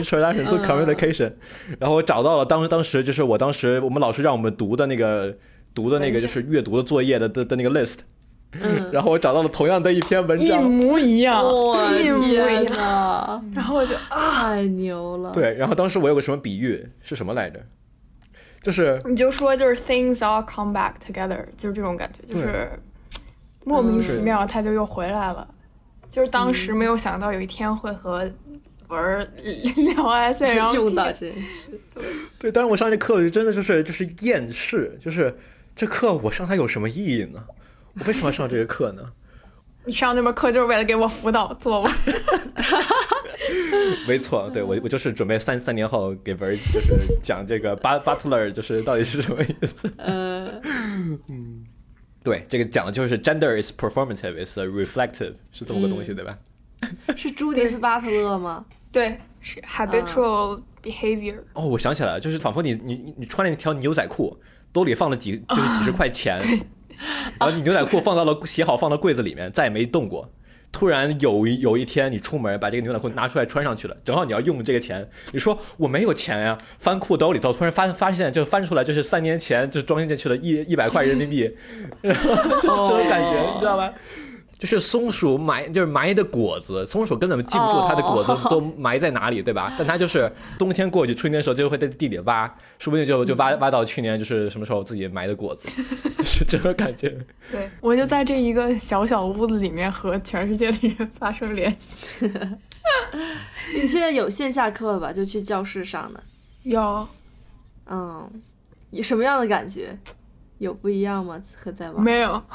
introduction to communication，然后我找到了当时当时就是我当时我们老师让我们读的那个读的那个就是阅读的作业的的的那个 list，
嗯，
然后我找到了同样的一篇文
一
章。
模一样，
我
一模一
天
样。
呐，
然后我就啊，
太牛了！，
对，然后当时我有个什么比喻是什么来着？就是
你就说就是 things all come back together，就是这种感觉，就是莫名其妙他就又回来了，就是当时没有想到有一天会和文儿聊 S，然
*laughs*
后
用到这件事，
对，但是我上这课我就真的就是就是厌世，就是这课我上它有什么意义呢？我为什么要上这个课呢？
你上那门课就是为了给我辅导
*laughs*
作文，
没错，对我我就是准备三三年后给文儿就是讲这个巴 Butler 就是到底是什么意思。 *laughs*
呃，
对，这个讲的就是 gender is performative, is reflective，是这么个东西，对吧？
是朱迪斯巴特勒吗？
对，是
啊
habitual behavior，
哦，我想起来了，就是仿佛你你你你穿了一条牛仔裤，兜里放了几就是几十块钱，然后你牛仔裤放到了洗好放到柜子里面，再也没动过。突然有一有一天你出门把这个牛仔裤拿出来穿上去了，正好你要用这个钱，你说我没有钱呀、翻裤兜里头突然发发现就翻出来就是三年前就装进去了一一百块人民币，然后就是这种感觉，你知道吧？就是松鼠埋就是埋的果子，松鼠根本记不住它的果子都埋在哪里，对吧？但它就是冬天过去，春天的时候就会在地里挖，说不定就就挖挖到去年就是什么时候自己埋的果子， *laughs* 就是这种感觉。
对我就在这一个小小屋子里面和全世界的人发生联系。
你现在有线下课吧？就去教室上的，
有
嗯，你什么样的感觉？有不一样吗？和在网
没有？ *laughs*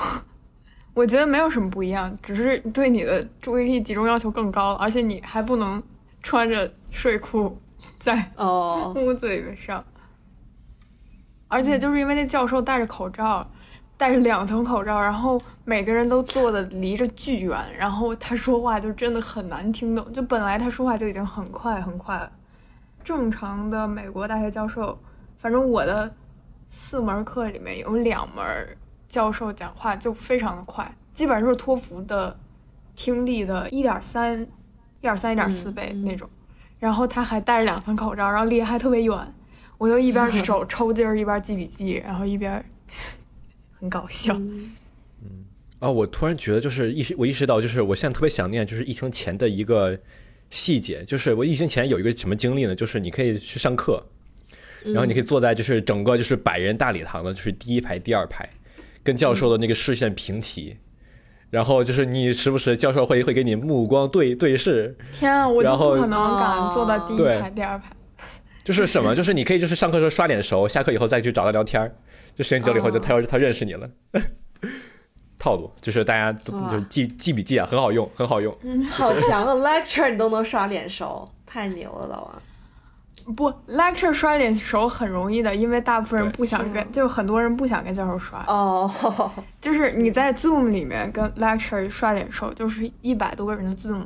我觉得没有什么不一样，只是对你的注意力集中要求更高了，而且你还不能穿着睡裤在
哦，
屋子里面上。而且就是因为那教授戴着口罩，戴着两层口罩，然后每个人都坐的离着巨远，然后他说话就真的很难听懂。就本来他说话就已经很快很快了，正常的美国大学教授，反正我的四门课里面有两门教授讲话就非常的快，基本上就是托福的听力的一点三、一点三、一点四倍那种。然后他还戴着两层口罩，然后离得还特别远，我就一边手 *laughs* 抽筋儿一边记笔记，然后一边 *laughs* 很搞笑。
啊、我突然觉得就是意识，我意识到就是我现在特别想念就是疫情前的一个细节，就是我疫情前有一个什么经历呢？就是你可以去上课，然后你可以坐在就是整个就是百人大礼堂的就是第一排、第二排，跟教授的那个视线平齐。然后就是你时不时教授会会给你目光对对视，
天啊，我就
然后
不可能敢坐到第一
对
排、第二排。
就是什么？就是你可以就是上课时候刷脸熟，下课以后再去找他聊天儿，就时间久了以后就他要他认识你了。 *laughs* 套路就是大家都
哇
就记记笔记啊，很好用，很好用。
好强 *laughs* 啊！lecture 你都能刷脸熟，太牛了，老王。
不，lecture 刷脸熟很容易的，因为大部分人
对
不想跟，就很多人不想跟教授刷。
*laughs* 哦，
就是你在 Zoom 里面跟 lecture 刷脸熟，就是一百多个人的 Zoom，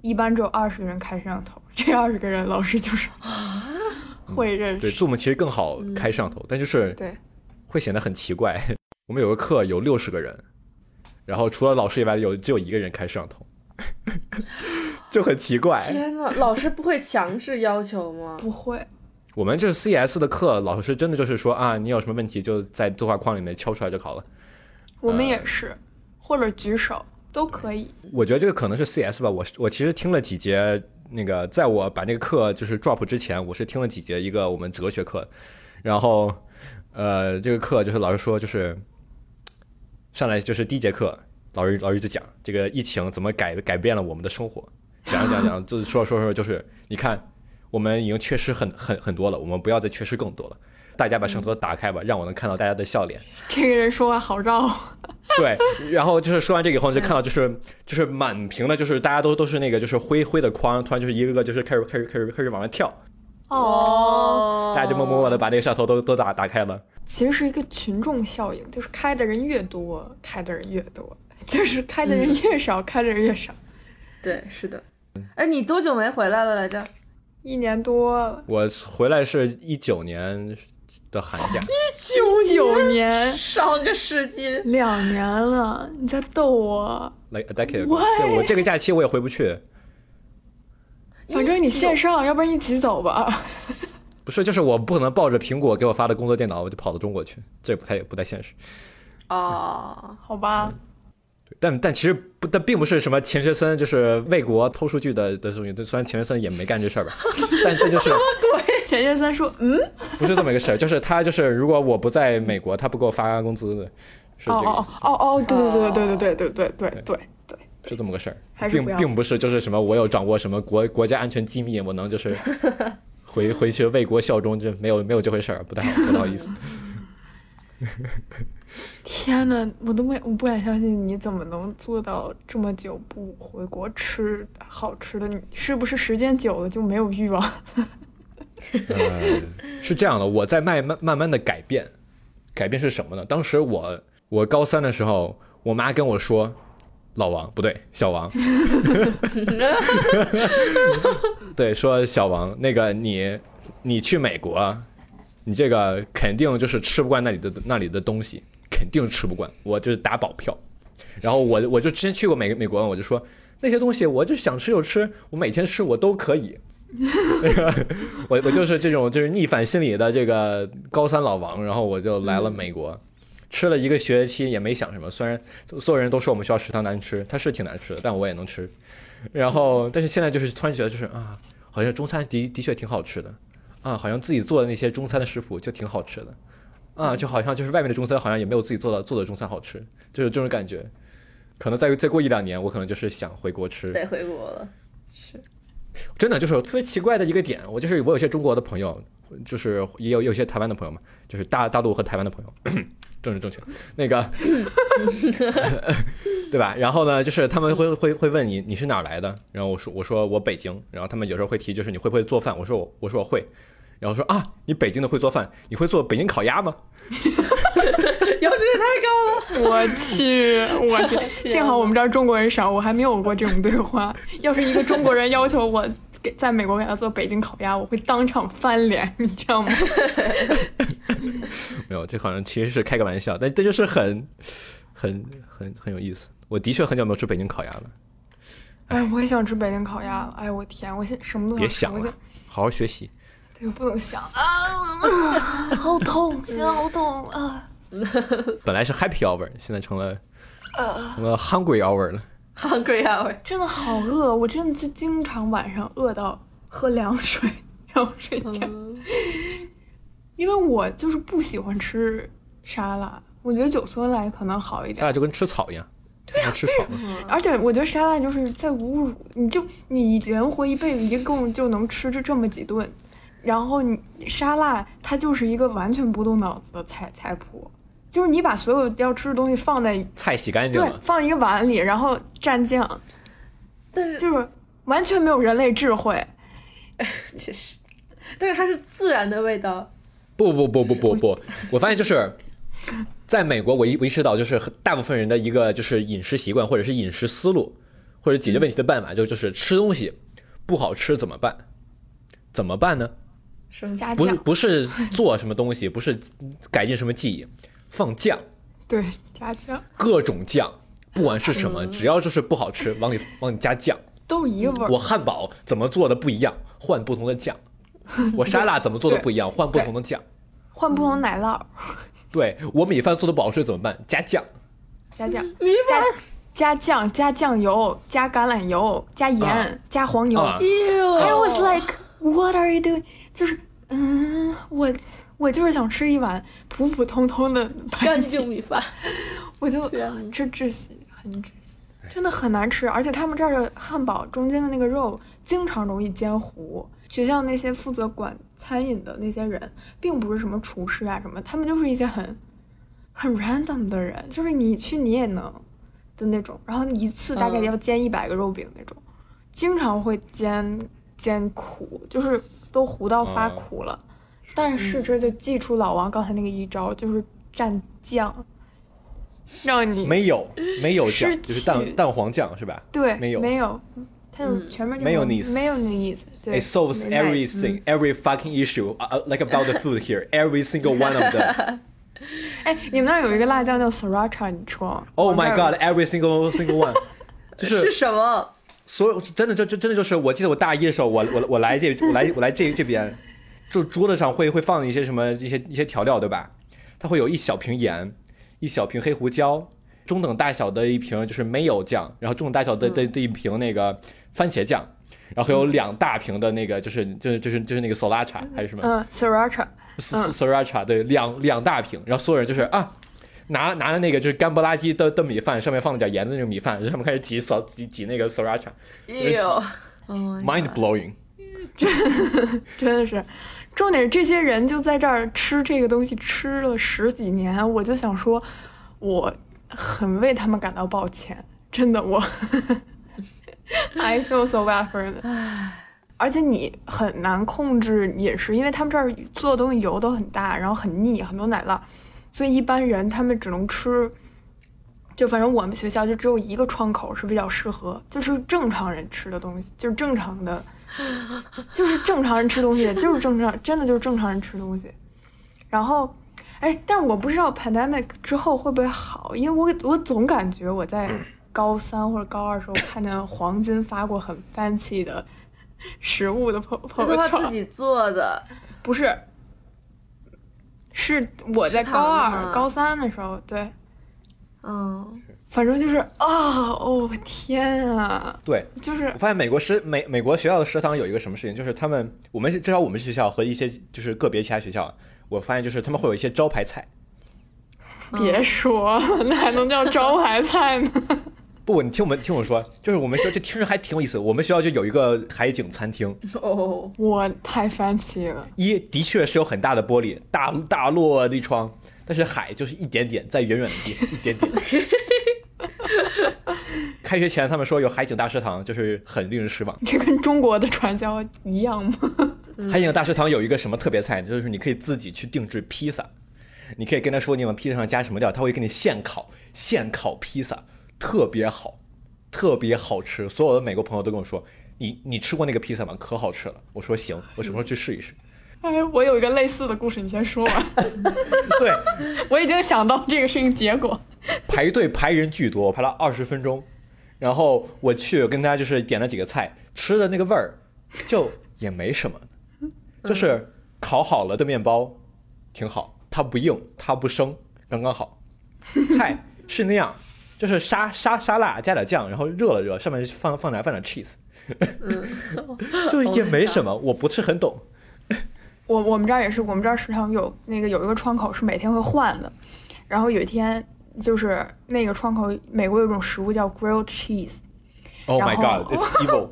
一般只有二十个人开摄像头，这二十个人老师就是啊 *laughs* 会认识。
对，Zoom 其实更好开摄像头，但就是
对
会显得很奇怪。我们有个课有六十个人，然后除了老师以外有只有一个人开摄像头，就很奇怪。
天呐，老师不会强制要求吗？
不会，
我们这 CS 的课，老师真的就是说啊，你有什么问题就在对话框里面敲出来就好了。
我们也是，或者举手都可以。
我觉得这个可能是 CS 吧。我是我其实听了几节那个，在我把那个课就是 drop 之前，我是听了几节一个我们哲学课，然后呃，这个课就是老师说就是上来就是第一节课，老师老师就讲这个疫情怎么改改变了我们的生活，讲着讲着讲着，就是说着说着说着就是你看我们已经缺失很很很多了，我们不要再缺失更多了。大家把摄像头都打开吧，让我能看到大家的笑脸。
这个人说话好绕，
*laughs* 对，然后就是说完这个以后，就看到就是就是满屏的，就是大家都都是那个就是灰灰的框，突然就是一个个就是开始开始开始开始往上跳，
哦，
大家就默默默的把那个摄像头都都打打开了。
其实是一个群众效应，就是开的人越多，开的人越多，就是开的人越少，开的人越少。
对，是的。哎，你多久没回来了来着？
一年多了，
我回来是一九年的寒假，
九九年，
少个世纪。
两年了，你在逗我？
like a decade ago。
Why？
对我这个假期我也回不去，
反正你线上，要不然一起走吧。
不是就是我不可能抱着苹果给我发的工作电脑我就跑到中国去，这不太不太现实。
哦，
*laughs* 好 *laughs* 吧，
对但但其实不，但并不是什么钱学森就是为国偷数据的的东西，虽然钱学森也没干这事儿吧，但但就是。
钱先生说，嗯，
不是这么一个事儿， *laughs* 就是他就是如果我不在美国，他不给我发工资的，是
哦
这个意
哦
思，
哦哦，对对对对对对对对对对
是这么个事儿
还，是
并
不要
并不是就是什么我有掌握什么国国家安全机密，我能就是回回去为国效忠，这没有没有这回事儿，不太好不好意思。
天哪，我都没，我不敢相信你怎么能做到这么久不回国吃好吃的？你是不是时间久了就没有欲望？
呃，是这样的，我在慢慢慢慢的改变，改变是什么呢？当时我我高三的时候，我妈跟我说，老王不对，小王，对，说小王，那个你你去美国，你这个肯定就是吃不惯那里的那里的东西，肯定吃不惯，我就是打保票。然后我我就之前去过美美国，我就说那些东西我就想吃就吃，我每天吃我都可以。我我就是这种就是逆反心理的这个高三老王，然后我就来了美国，吃了一个学期也没想什么，虽然所有人都说我们学校食堂难吃，它是挺难吃的，但我也能吃。然后但是现在就是突然觉得就是啊，好像中餐的的确挺好吃的啊，好像自己做的那些中餐的食谱就挺好吃的啊，就好像就是外面的中餐好像也没有自己做的做的中餐好吃，就是这种感觉。可能再再过一两年，我可能就是想回国吃
得回国了。
真的就是特别奇怪的一个点，我就是我有些中国的朋友，就是也有也有些台湾的朋友嘛，就是大大陆和台湾的朋友， *coughs* 政治正确，那个， *coughs* 对吧？然后呢，就是他们会会会问你你是哪儿来的，然后我说我说我北京，然后他们有时候会提就是你会不会做饭，我说我我说我会，然后说啊你北京的会做饭，你会做北京烤鸭吗？
要求也太高了。
*laughs* 我去，我去！ *laughs* 幸好我们这儿中国人少，我还没有过这种对 *laughs* 话。要是一个中国人要求我给在美国给他做北京烤鸭，我会当场翻脸，你知道吗？
没有，这好像其实是开个玩笑，但这就是很很很很有意思。我的确很久没有吃北京烤鸭了，
哎，我也想吃北京烤鸭了。哎，我天，我现什么都
别
吃
想
我
了
现，
好好学习。
对，我不能想啊， *laughs* 好痛，心好痛啊！
本来是 Happy Hour，现在成了成了 Hungry Hour 了。
Hungry hour，
*laughs* 真的好饿，我真的就经常晚上饿到喝凉水，然后睡觉。因为我就是不喜欢吃沙拉，我觉得九村来可能好一
咱
点，
俩就跟吃草一样，要吃草嘛。
而且我觉得沙拉就是在侮辱，你就你人活一辈子一共就能吃这这么几顿，然后你沙拉它就是一个完全不动脑子的菜菜谱，就是你把所有要吃的东西放在
菜洗干净
对
了，
放一个碗里，然后蘸酱，
但是
就是完全没有人类智慧。
确实，但是它是自然的味道。
不不不不不不，我发现就是，在美国我意我意识到，就是很大部分人的一个就是饮食习惯或者是饮食思路，或者解决问题的办法，就就是吃东西不好吃怎么办？怎么办呢？
什么？
加
不是
酱，
不是做什么东西，不是改进什么技艺，放酱，
对，加酱
各种酱，不管是什么，只要就是不好吃，往里往里加酱。
都一个味儿。
我汉堡怎么做的不一样，换不同的
*laughs*
酱；我沙拉怎么做的不一样，换不同的酱。
换不同奶酪儿，
对我米饭做的不好吃怎么办？加酱。
加酱，加加酱，加酱油，加橄榄油，加盐，
啊
加黄油。
啊
I was
like，
like, what are you doing？就是，嗯，我我就是想吃一碗普普通通的白，
干净米饭。
我就
*laughs* 天
很吃窒息，很窒息，
哎
真的很难吃。而且他们这儿的汉堡中间的那个肉经常容易煎糊。学校那些负责管餐饮的那些人，并不是什么厨师啊什么，他们就是一些很很 random 的人，就是你去你也能的那种。然后一次大概
嗯
要煎一百个肉饼那种，经常会煎煎苦，就是都糊到发
哦
苦了。但是这就记出老王刚才那个一招，就是蘸酱，让你
没有，没有酱
失，
就是
去
蛋蛋黄酱是吧？
对
没有
没有，他就
嗯
前面就
没有
没
nice
没有那个意思，对
It solves
没耐心
everything, every fucking issue, uh, uh, like about the food here, every single one of
*laughs*
them.
哎，你们那儿有一个辣酱叫 sriracha，你吃过吗
Oh
我们
my
那儿
god, every single single
*laughs*
one，就是是
什么？
所有真的就就真的就是，我记得我大一的时候，我我我来这我来我来这这边，就桌子上会会放一些什么一些一些调料，对吧？它会有一小瓶盐，一小瓶黑胡椒，中等大小的一瓶就是没有酱，然后中等大小的
嗯
的的一瓶那个番茄酱，然后有两大瓶的那个就是就是就是就是那个 sriracha 还是什么？
嗯 sriracha，
s s r a c h a 对，两两大瓶，然后所有人就是啊，拿拿着那个就是干不拉几的的米饭，上面放了点盐的那种米饭，然后他们开始挤扫挤挤那个
哎
sriracha，mind
有。哦，
blowing。
真的是。重点是这些人就在这儿吃这个东西吃了十几年，我就想说，我很为他们感到抱歉，真的我，I feel so bad for them。而且你很难控制饮食，因为他们这儿做的东西油都很大，然后很腻，很多奶酪，所以一般人他们只能吃。就反正我们学校就只有一个窗口是比较适合，就是正常人吃的东西，就是正常的 *laughs* 就是正常人吃东西，就是正常，真的就是正常人吃东西。然后，哎，但是我不知道 pandemic 之后会不会好，因为我我总感觉我在高三或者高二时候看见黄金发过很 fancy 的食物的朋
那
朋
都
友
他自
圈，
己做的，
不是，是我在
食
高
堂的
二
吗
高三的时候，对，
嗯，
反正就是啊、哦，天啊，
对，
就是
我发现美国食美美国学校的食堂有一个什么事情，就是他们我们至少我们学校和一些就是个别其他学校，我发现就是他们会有一些招牌菜。
别说了，那还能叫招牌菜 *laughs* 呢？
不，你听我们听我说，就是我们学校这听着还挺有意思的。我们学校就有一个海景餐厅，
*laughs* 哦，
我太 fancy 了。
一的确是有很大的玻璃，大大落地窗，但是海就是一点点，在远远的地方，一点点。开学前他们说有海景大食堂，就是很令人失望。
这跟中国的传销一样吗？ *laughs*
海景大食堂有一个什么特别菜，就是你可以自己去定制披萨，你可以跟他说你往披萨上加什么料，他会给你现烤，现烤披萨特别好，特别好吃。所有的美国朋友都跟我说，你你吃过那个披萨吗？可好吃了。我说行，我什么时候去试一试？
哎，我有一个类似的故事，你先说 *laughs* 完。
对，
我已经想到这个事情结果。
排队排人巨多，我排了二十分钟，然后我去我跟他就是点了几个菜，吃的那个味儿就也没什么，就是烤好了的面包挺好，它不硬，它不生，刚刚好。菜是那样，就是沙沙沙拉加点酱，然后热了热，上面放放点放点 cheese，就 *laughs* 也没什么，嗯我不是很懂。
我我们这儿也是，我们这儿食堂有那个有一个窗口是每天会换的，然后有一天就是那个窗口，美国有一种食物叫 grilled cheese。
Oh my
然后
god, it's evil！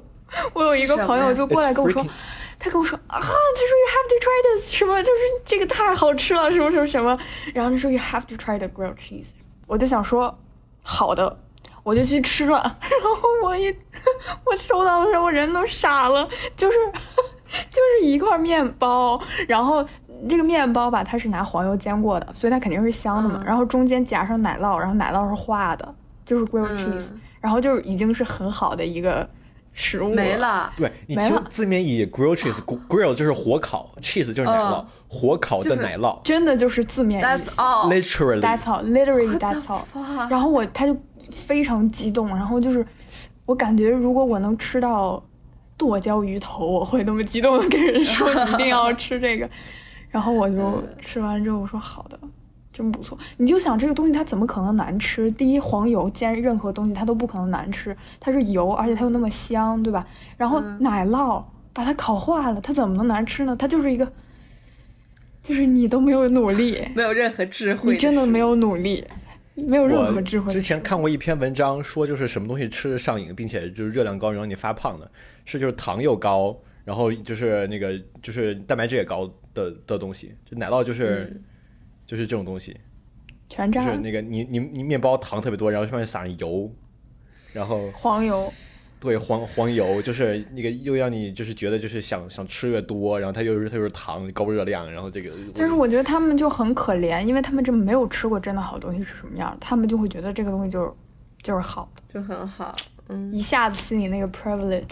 我有一个朋友就过来跟我说
It's freaking-，
他跟我说啊，他说 you have to try this 什么，就是这个太好吃了，什么什么什么，然后他说 you have to try the grilled cheese，我就想说好的，我就去吃了， *laughs* 然后我一 *laughs* 我收到的时候我人都傻了，就是就是一块面包，然后这个面包吧，它是拿黄油煎过的，所以它肯定是香的嘛，
嗯
然后中间夹上奶酪，然后奶酪是化的，就是 grilled cheese，、
嗯
然后就是已经是很好的一个食物
没了，
对你
没
听
了
字面意义，grill
*sighs*
cheese，grill 就是火烤，cheese 就是奶酪
嗯，
火烤的
就是
奶酪。
真的就是字面意
That's
思。
all。
literally，
That's all, literally
What the
that's all。
fuck？
然后我他就非常激动，然后就是我感觉如果我能吃到剁椒鱼头，我会那么激动的跟人说一定要吃这个。 *laughs* 然后我就吃完之后我说好的，真不错。你就想这个东西它怎么可能难吃？第一，黄油煎任何东西它都不可能难吃，它是油，而且它又那么香，对吧？然后奶酪把它烤化了，它怎么能难吃呢？它就是一个，就是你都没有努力。
没有任何智慧，
你真的没。有努力，没有任何智
我
慧
之。前看过一篇文章，说就是什么东西吃着上瘾，并且就是热量高，然后你发胖的，是就是糖又高，然后就是那个就是蛋白质也高的的东西，就奶酪就是、
嗯
就是这种东西，
全
就
炸
是那个你你你面包糖特别多，然后上面撒上油，然后
黄油，
对黄黄油，就是那个又让你就是觉得就是想想吃越多，然后它又是它又是糖高热量，然后这个
但是我觉得他们就很可怜，因为他们这没有吃过真的好东西是什么样儿，他们就会觉得这个东西就是就是好的，
就很好。嗯，
一下子心里那个 privilege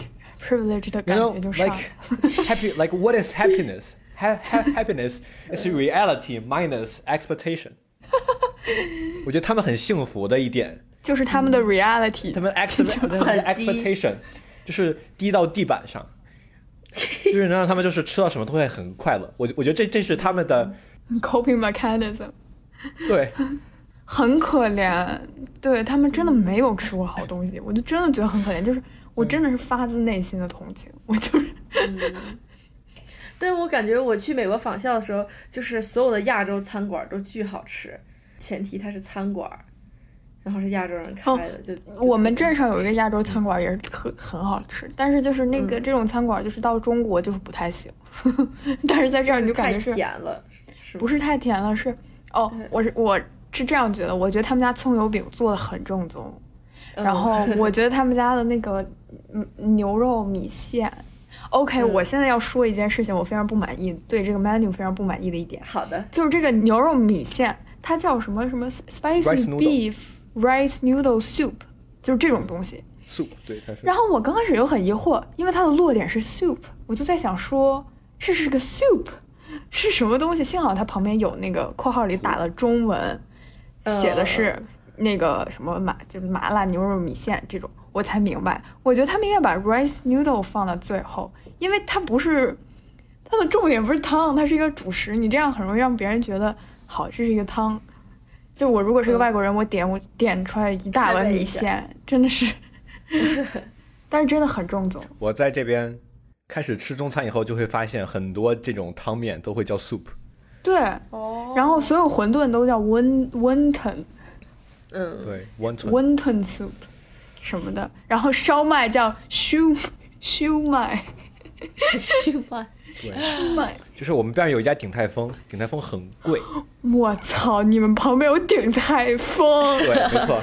privilege 的
You
感
know,
觉就上来了。
like happy,
*laughs*
like what is happiness? Ha ha happiness is reality minus expectation. *laughs* 我觉得他们很幸福的一点，
就是他们的 reality，、
嗯他
*laughs*
们 ex 他们的 expectation 就是低到地板上，就是能让他们就是吃到什么都会很快乐。我我觉得这这是他们的
coping mechanism
对， *laughs*
很可怜，对他们真的没有吃过好东西，我就真的觉得很可怜，就是我真的是发自内心的同情，我就是
嗯但我感觉我去美国访校的时候，就是所有的亚洲餐馆都巨好吃，前提它是餐馆儿，然后是亚洲人开的，就就
哦我们镇上有一个亚洲餐馆，也是很很好吃，但是就是那个、这种餐馆，就是到中国就是不太行， *laughs* 但是在这儿你就感
太
觉是
甜了，是
不
是？
是太甜了？是哦，我是我是这样觉得，我觉得他们家葱油饼做的很正宗，
嗯
然后我觉得他们家的那个 *laughs* 嗯牛肉米线，OK，、
嗯
我现在要说一件事情，我非常不满意，对这个 menu 非常不满意的一点，
嗯好的，
就是这个牛肉米线，它叫什么什么
Rice
spicy
noodle
beef rice noodle soup，就是这种东西。
soup 对，它是
然后我刚开始又很疑惑，因为它的落点是 soup，我就在想说这是个 soup，是 *laughs* 什么东西？幸好它旁边有那个括号里打了中文，
嗯
写的是那个什么麻，就是麻辣牛肉米线这种，我才明白。我觉得他们应该把 rice noodle 放到最后，因为它不是它的重点不是汤，它是一个主食，你这样很容易让别人觉得好，这是一个汤。就我如果是个
嗯
外国人，我点我点出来一大
开
碗
胃
米
一下
线，真的
*laughs*
是，但是真的很正宗。
我在这边开始吃中餐以后，就会发现很多这种汤面都会叫 soup。
对，
哦
然后所有馄饨都叫 won wonton *laughs*
嗯，
对，one t
wonton soup 什么的，然后烧麦叫 shu 烧麦，
是吧？
对，
买，
就是我们边上有一家鼎泰丰，鼎泰丰很贵，
*laughs* 我操！你们旁边有鼎泰丰，
对，没错，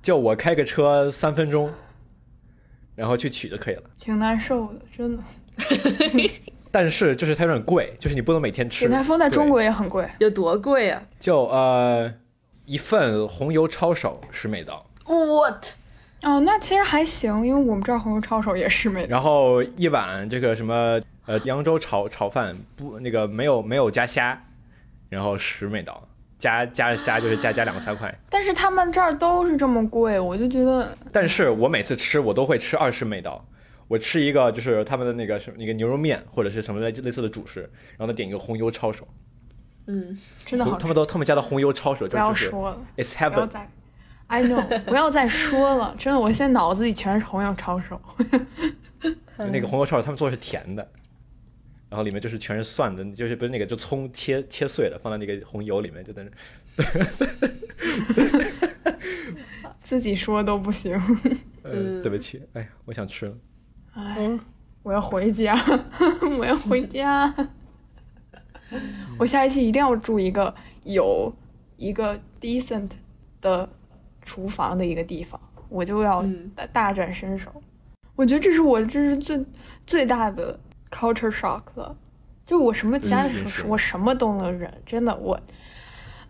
就我开个车三分钟，然后去取就可以了。
挺难受的，真的。
但是就是它有点贵，就是你不能每天吃。
鼎泰丰在
对
中国也很贵，
有多贵啊呀、
就呃一份红油抄手十美刀，
What？
哦，那其实还行，因为我们这儿红油抄手也是没的。
然后一碗这个什么呃扬州炒炒饭不那个没有没有加虾，然后十美刀，加加虾就是加加两个虾块。
但是他们这儿都是这么贵，我就觉得
但是我每次吃我都会吃二十美刀，我吃一个就是他们的那个什么一个牛肉面或者是什么类类似的主食，然后再点一个红油抄手，
嗯，
真的好
他
吃。
们都他们家的红油抄手就
不要
就是
说了，
it's
不要
heaven，
再，I know，不要再说了。真的，我现在脑子里全是红油抄手。
那个红油抄手他们做的是甜的。然后里面就是全是蒜的，就是不是那个就葱切切碎了放在那个红油里面，就在那
自己说都不行。
呃，
嗯
对不起，哎呀，我想吃了。
哎，我要回家， *laughs* 我要回家。
嗯
我下一期一定要住一个有一个 decent 的厨房的一个地方，我就要
嗯
大大展身手。我觉得这是我这是最最大的 culture shock 了，就我什么其他的
嗯
时
是是
候，我什么都能忍，真的我，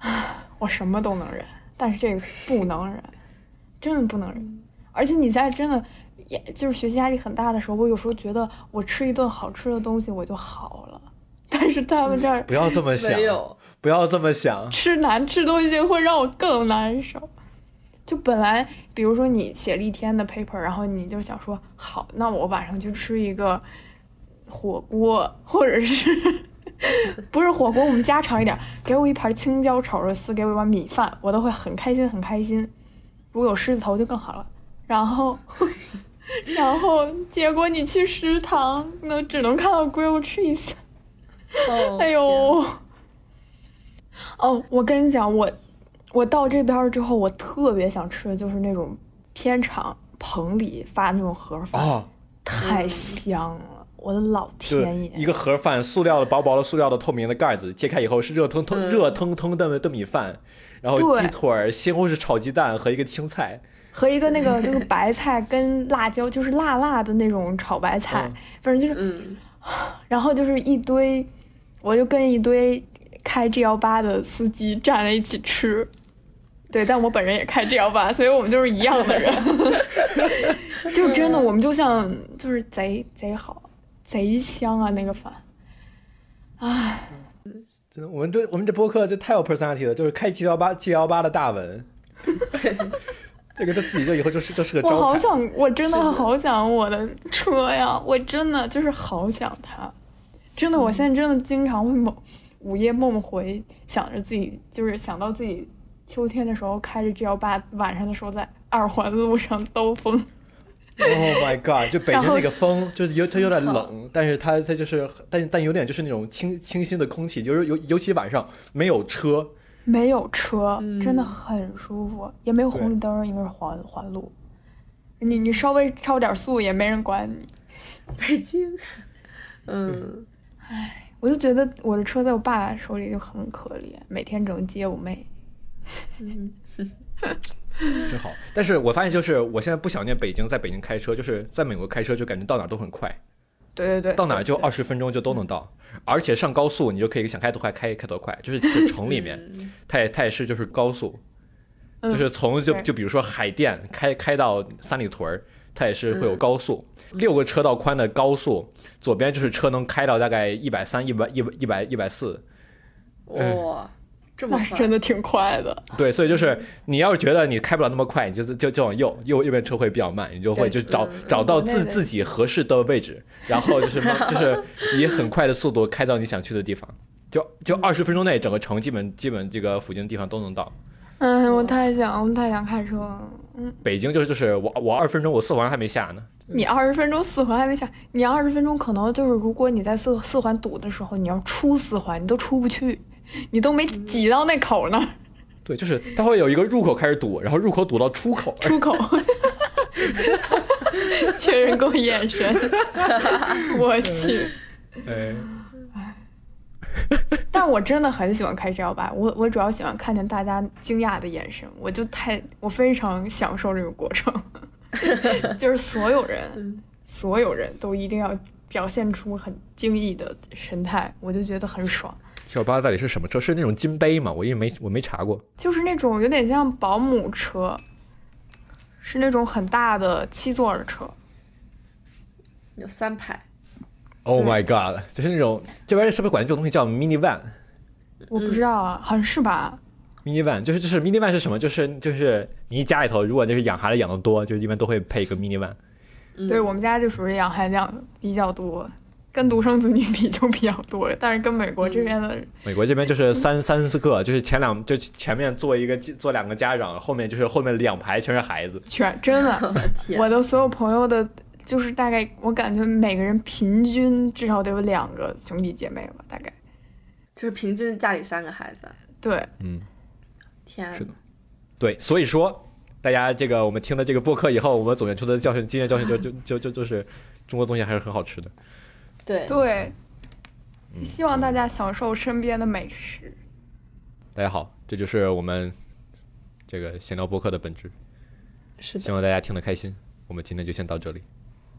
*sighs* 我什么都能忍，但是这个不能忍，真的不能忍。而且你在真的，也就是学习压力很大的时候，我有时候觉得我吃一顿好吃的东西我就好了， *laughs* 但是他们这儿
不要这么想，
没有，
不要这么
*laughs*
想。
吃难吃东西会让我更难受。就本来比如说你写了一天的 paper，然后你就想说好，那我晚上去吃一个火锅，或者是 *laughs* 不是火锅，我们家常一点，给我一盘青椒炒肉丝，给我一碗米饭，我都会很开心很开心。如果有狮子头就更好了。然后， *laughs* 然后结果你去食堂，那只能看到 grilled cheese。
哦
哎呦， *laughs* 哦，我跟你讲，我我到这边儿之后，我特别想吃的就是那种片场棚里发那种盒饭，
哦，
太香了，我的老
就
天
是
爷！
一个盒饭，塑料的薄薄的塑料的透明的盖子，揭开以后是热腾腾、
嗯热
热腾腾的的米饭，然后
对
鸡腿儿、西红柿炒鸡蛋和一个青菜，
和一个那个就是白菜跟辣椒，就是辣辣的那种炒白菜，
嗯
反正就是，
嗯，
然后就是一堆，我就跟一堆开 G 幺八的司机站在一起吃。对，但我本人也开 G 幺 *laughs* 八，所以我们就是一样的 *laughs* 人。就真的，我们就像就是贼贼好，贼香啊那个饭。唉，
真的，我们这我们这播客这太有 personality 了，就是开 G 幺八 G 幺八的大
*laughs*
文，这个他自己就以后就是就是个
我
招
好
牌。
想，我真
是
的
的
好想我的车呀！我真的就是好想它，真的，我现在真的经常会梦午夜梦回，想着自己，就是想到自己秋天的时候开着 G 幺八，晚上的时候在二环路上兜风，
Oh my god！就北京
然后
那个风，就是有它有点冷，但是它它就是但但有点就是那种清清新的空气，就是尤尤其晚上没有车，
没有车，
嗯
真的很舒服，也没有红
对
绿灯，因为是环环路，你你稍微超点速也没人管你。
*laughs* 北京，嗯，
我就觉得我的车在我爸手里就很可怜，每天只能接我妹。
真好。但是我发现，就是我现在不想念北京，在北京开车，就是在美国开车，就感觉到哪儿都很快，
对对对，
到哪儿就
对
二十分钟就都能到，而且上高速你就可以想开多快开开多快，就是就是城里面，它也它也是就是高速，
嗯
就是从就
对
就比如说海淀开开到三里屯儿。它也是会
嗯
有高速，六个车道宽的高速，左边就是车能开到大概一百三、一百一百一百一百四，嗯哎
哇，这么
*laughs* 那是真
的，
的挺快的。
*laughs* 对，所以就是你要是觉得你开不了那么快，你就就就往右右右边车会比较慢，你就会
对
就找找到
国
自
内的
自己合适的位置，然后就是
*laughs*
就是以很快的速度开到你想去的地方，就就二十分钟内整个城基本基本这个附近的地方都能到。
哎，我太想，我太想开车了。嗯，
北京就是就是我我二十分钟我四环还没下呢，
你二十分钟四环还没下，你二十分钟可能就是，如果你在四四环堵的时候，你要出四环，你都出不去，你都没挤到那口那儿
对，就是它会有一个入口开始堵，然后入口堵到出口，
出口。 *laughs* *laughs* 确认过眼神，我去，
哎，
但我真的很喜欢开这摇摆，我我主要喜欢看见大家惊讶的眼神，我就太我非常享受这个过程， *laughs* 就是所有人所有人都一定要表现出很惊异的神态，我就觉得很爽。
小巴到底是什么车？是那种金杯吗？我因为没我没查过。
就是那种有点像保姆车，是那种很大的七座的车。
有三排，
Oh my god！就是那种这玩意儿是不是管这种东西叫 mini van？
我不知道啊，好像是吧？
mini van 就是就是 mini van 是什么？就是就是你一家里头，如果就是养孩子养的多，就一般都会配一个 mini van。
嗯
对我们家就属于养孩子养比较多，跟独生子女 *laughs* 比就比较多，但是跟美国这边的
美国这边就是三三四个，就是前两就前面坐一个坐两个家长，后面就是后面两排全是孩子。
全、真的，
我的嗯天，
我的所有朋友的，就是大概我感觉每个人平均至少得有两个兄弟姐妹吧，大概
就是平均家里三个孩子，
对，
嗯，
天
是的对，所以说大家这个我们听了这个播客以后，我们总结出的教训经验教训就就就就就是中国东西还是很好吃的。
对，
对，
嗯
希望大家享受身边的美食。
大家好，这就是我们这个闲聊播客的本质，
是
希
的，
望大家听得开心。我们今天就先到这里。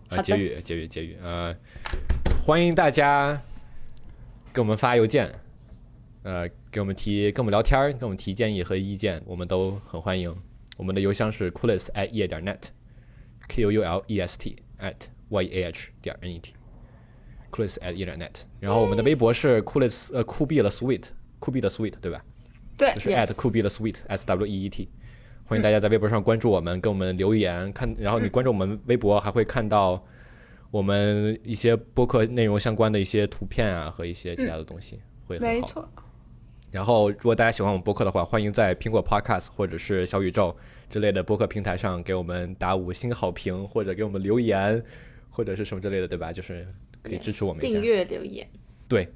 好
啊，
的
结语，结语，结语。呃，欢迎大家给我们发邮件，呃，给我们提，跟我们聊天儿，跟我们提建议和意见，我们都很欢迎。我们的邮箱是 coolest at ye 点 net，k u u l e s t at y a h 点 n e t。coolest at ye 点 net，然后我们的微博是 coolest 呃酷毙了 sweet，酷毙了 sweet 对吧？
对
就是
yes
at 酷毙了 sweet s w e e t。欢迎大家在微博上关注我们，跟我们留言看，然后你关注我们微博还会看到我们一些播客内容相关的一些图片啊和一些其他的东西，会很好。
没错，
然后，如果大家喜欢我们播客的话，欢迎在苹果 Podcast 或者是小宇宙之类的播客平台上给我们打五星好评，或者给我们留言，或者是什么之类的，对吧？就是可以支持我们一下
订。阅留言
对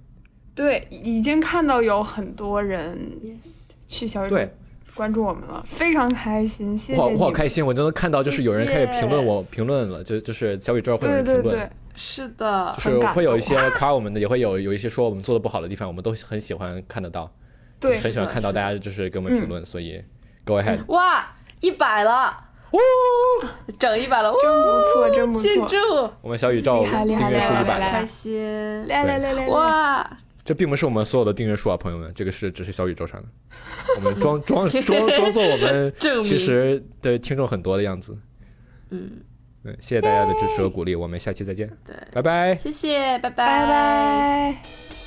对，已经看到有很多人
，yes，
去小宇宙
对，
关注我们了，非常开心，谢
我
谢
好
你
我好
们。
开心，我都能看到，就是有人开始
谢谢
评论我评论了，就就是小宇宙会有人
对
评
对
论，
对，
是的
就，
很
是
感
会有一
动
些夸我们的，也会有有一些说我们做的不好的地方，我们都很喜欢看得到，
对
很喜欢
是的
看到
是
大
的
家就是给我们
嗯
评论，所以 go ahead，
哇，一百了，呜， *laughs* 整一百了，
真
呜，
不错，真不
庆
错，
祝，
我们小宇宙
厉害
订
厉
阅数
害厉害
一百
厉
了。
害
开心，
来来来来，来
哇，
这并不是我们所有的订阅数啊，朋友们，这个是只是小宇宙上的，我们
*laughs*
装装装装作我们
证明
其实对听众很多的样子。
嗯，
嗯，谢谢大家的支持和鼓励，我们下期再见，
对，
拜拜。
谢谢，拜拜，
拜拜。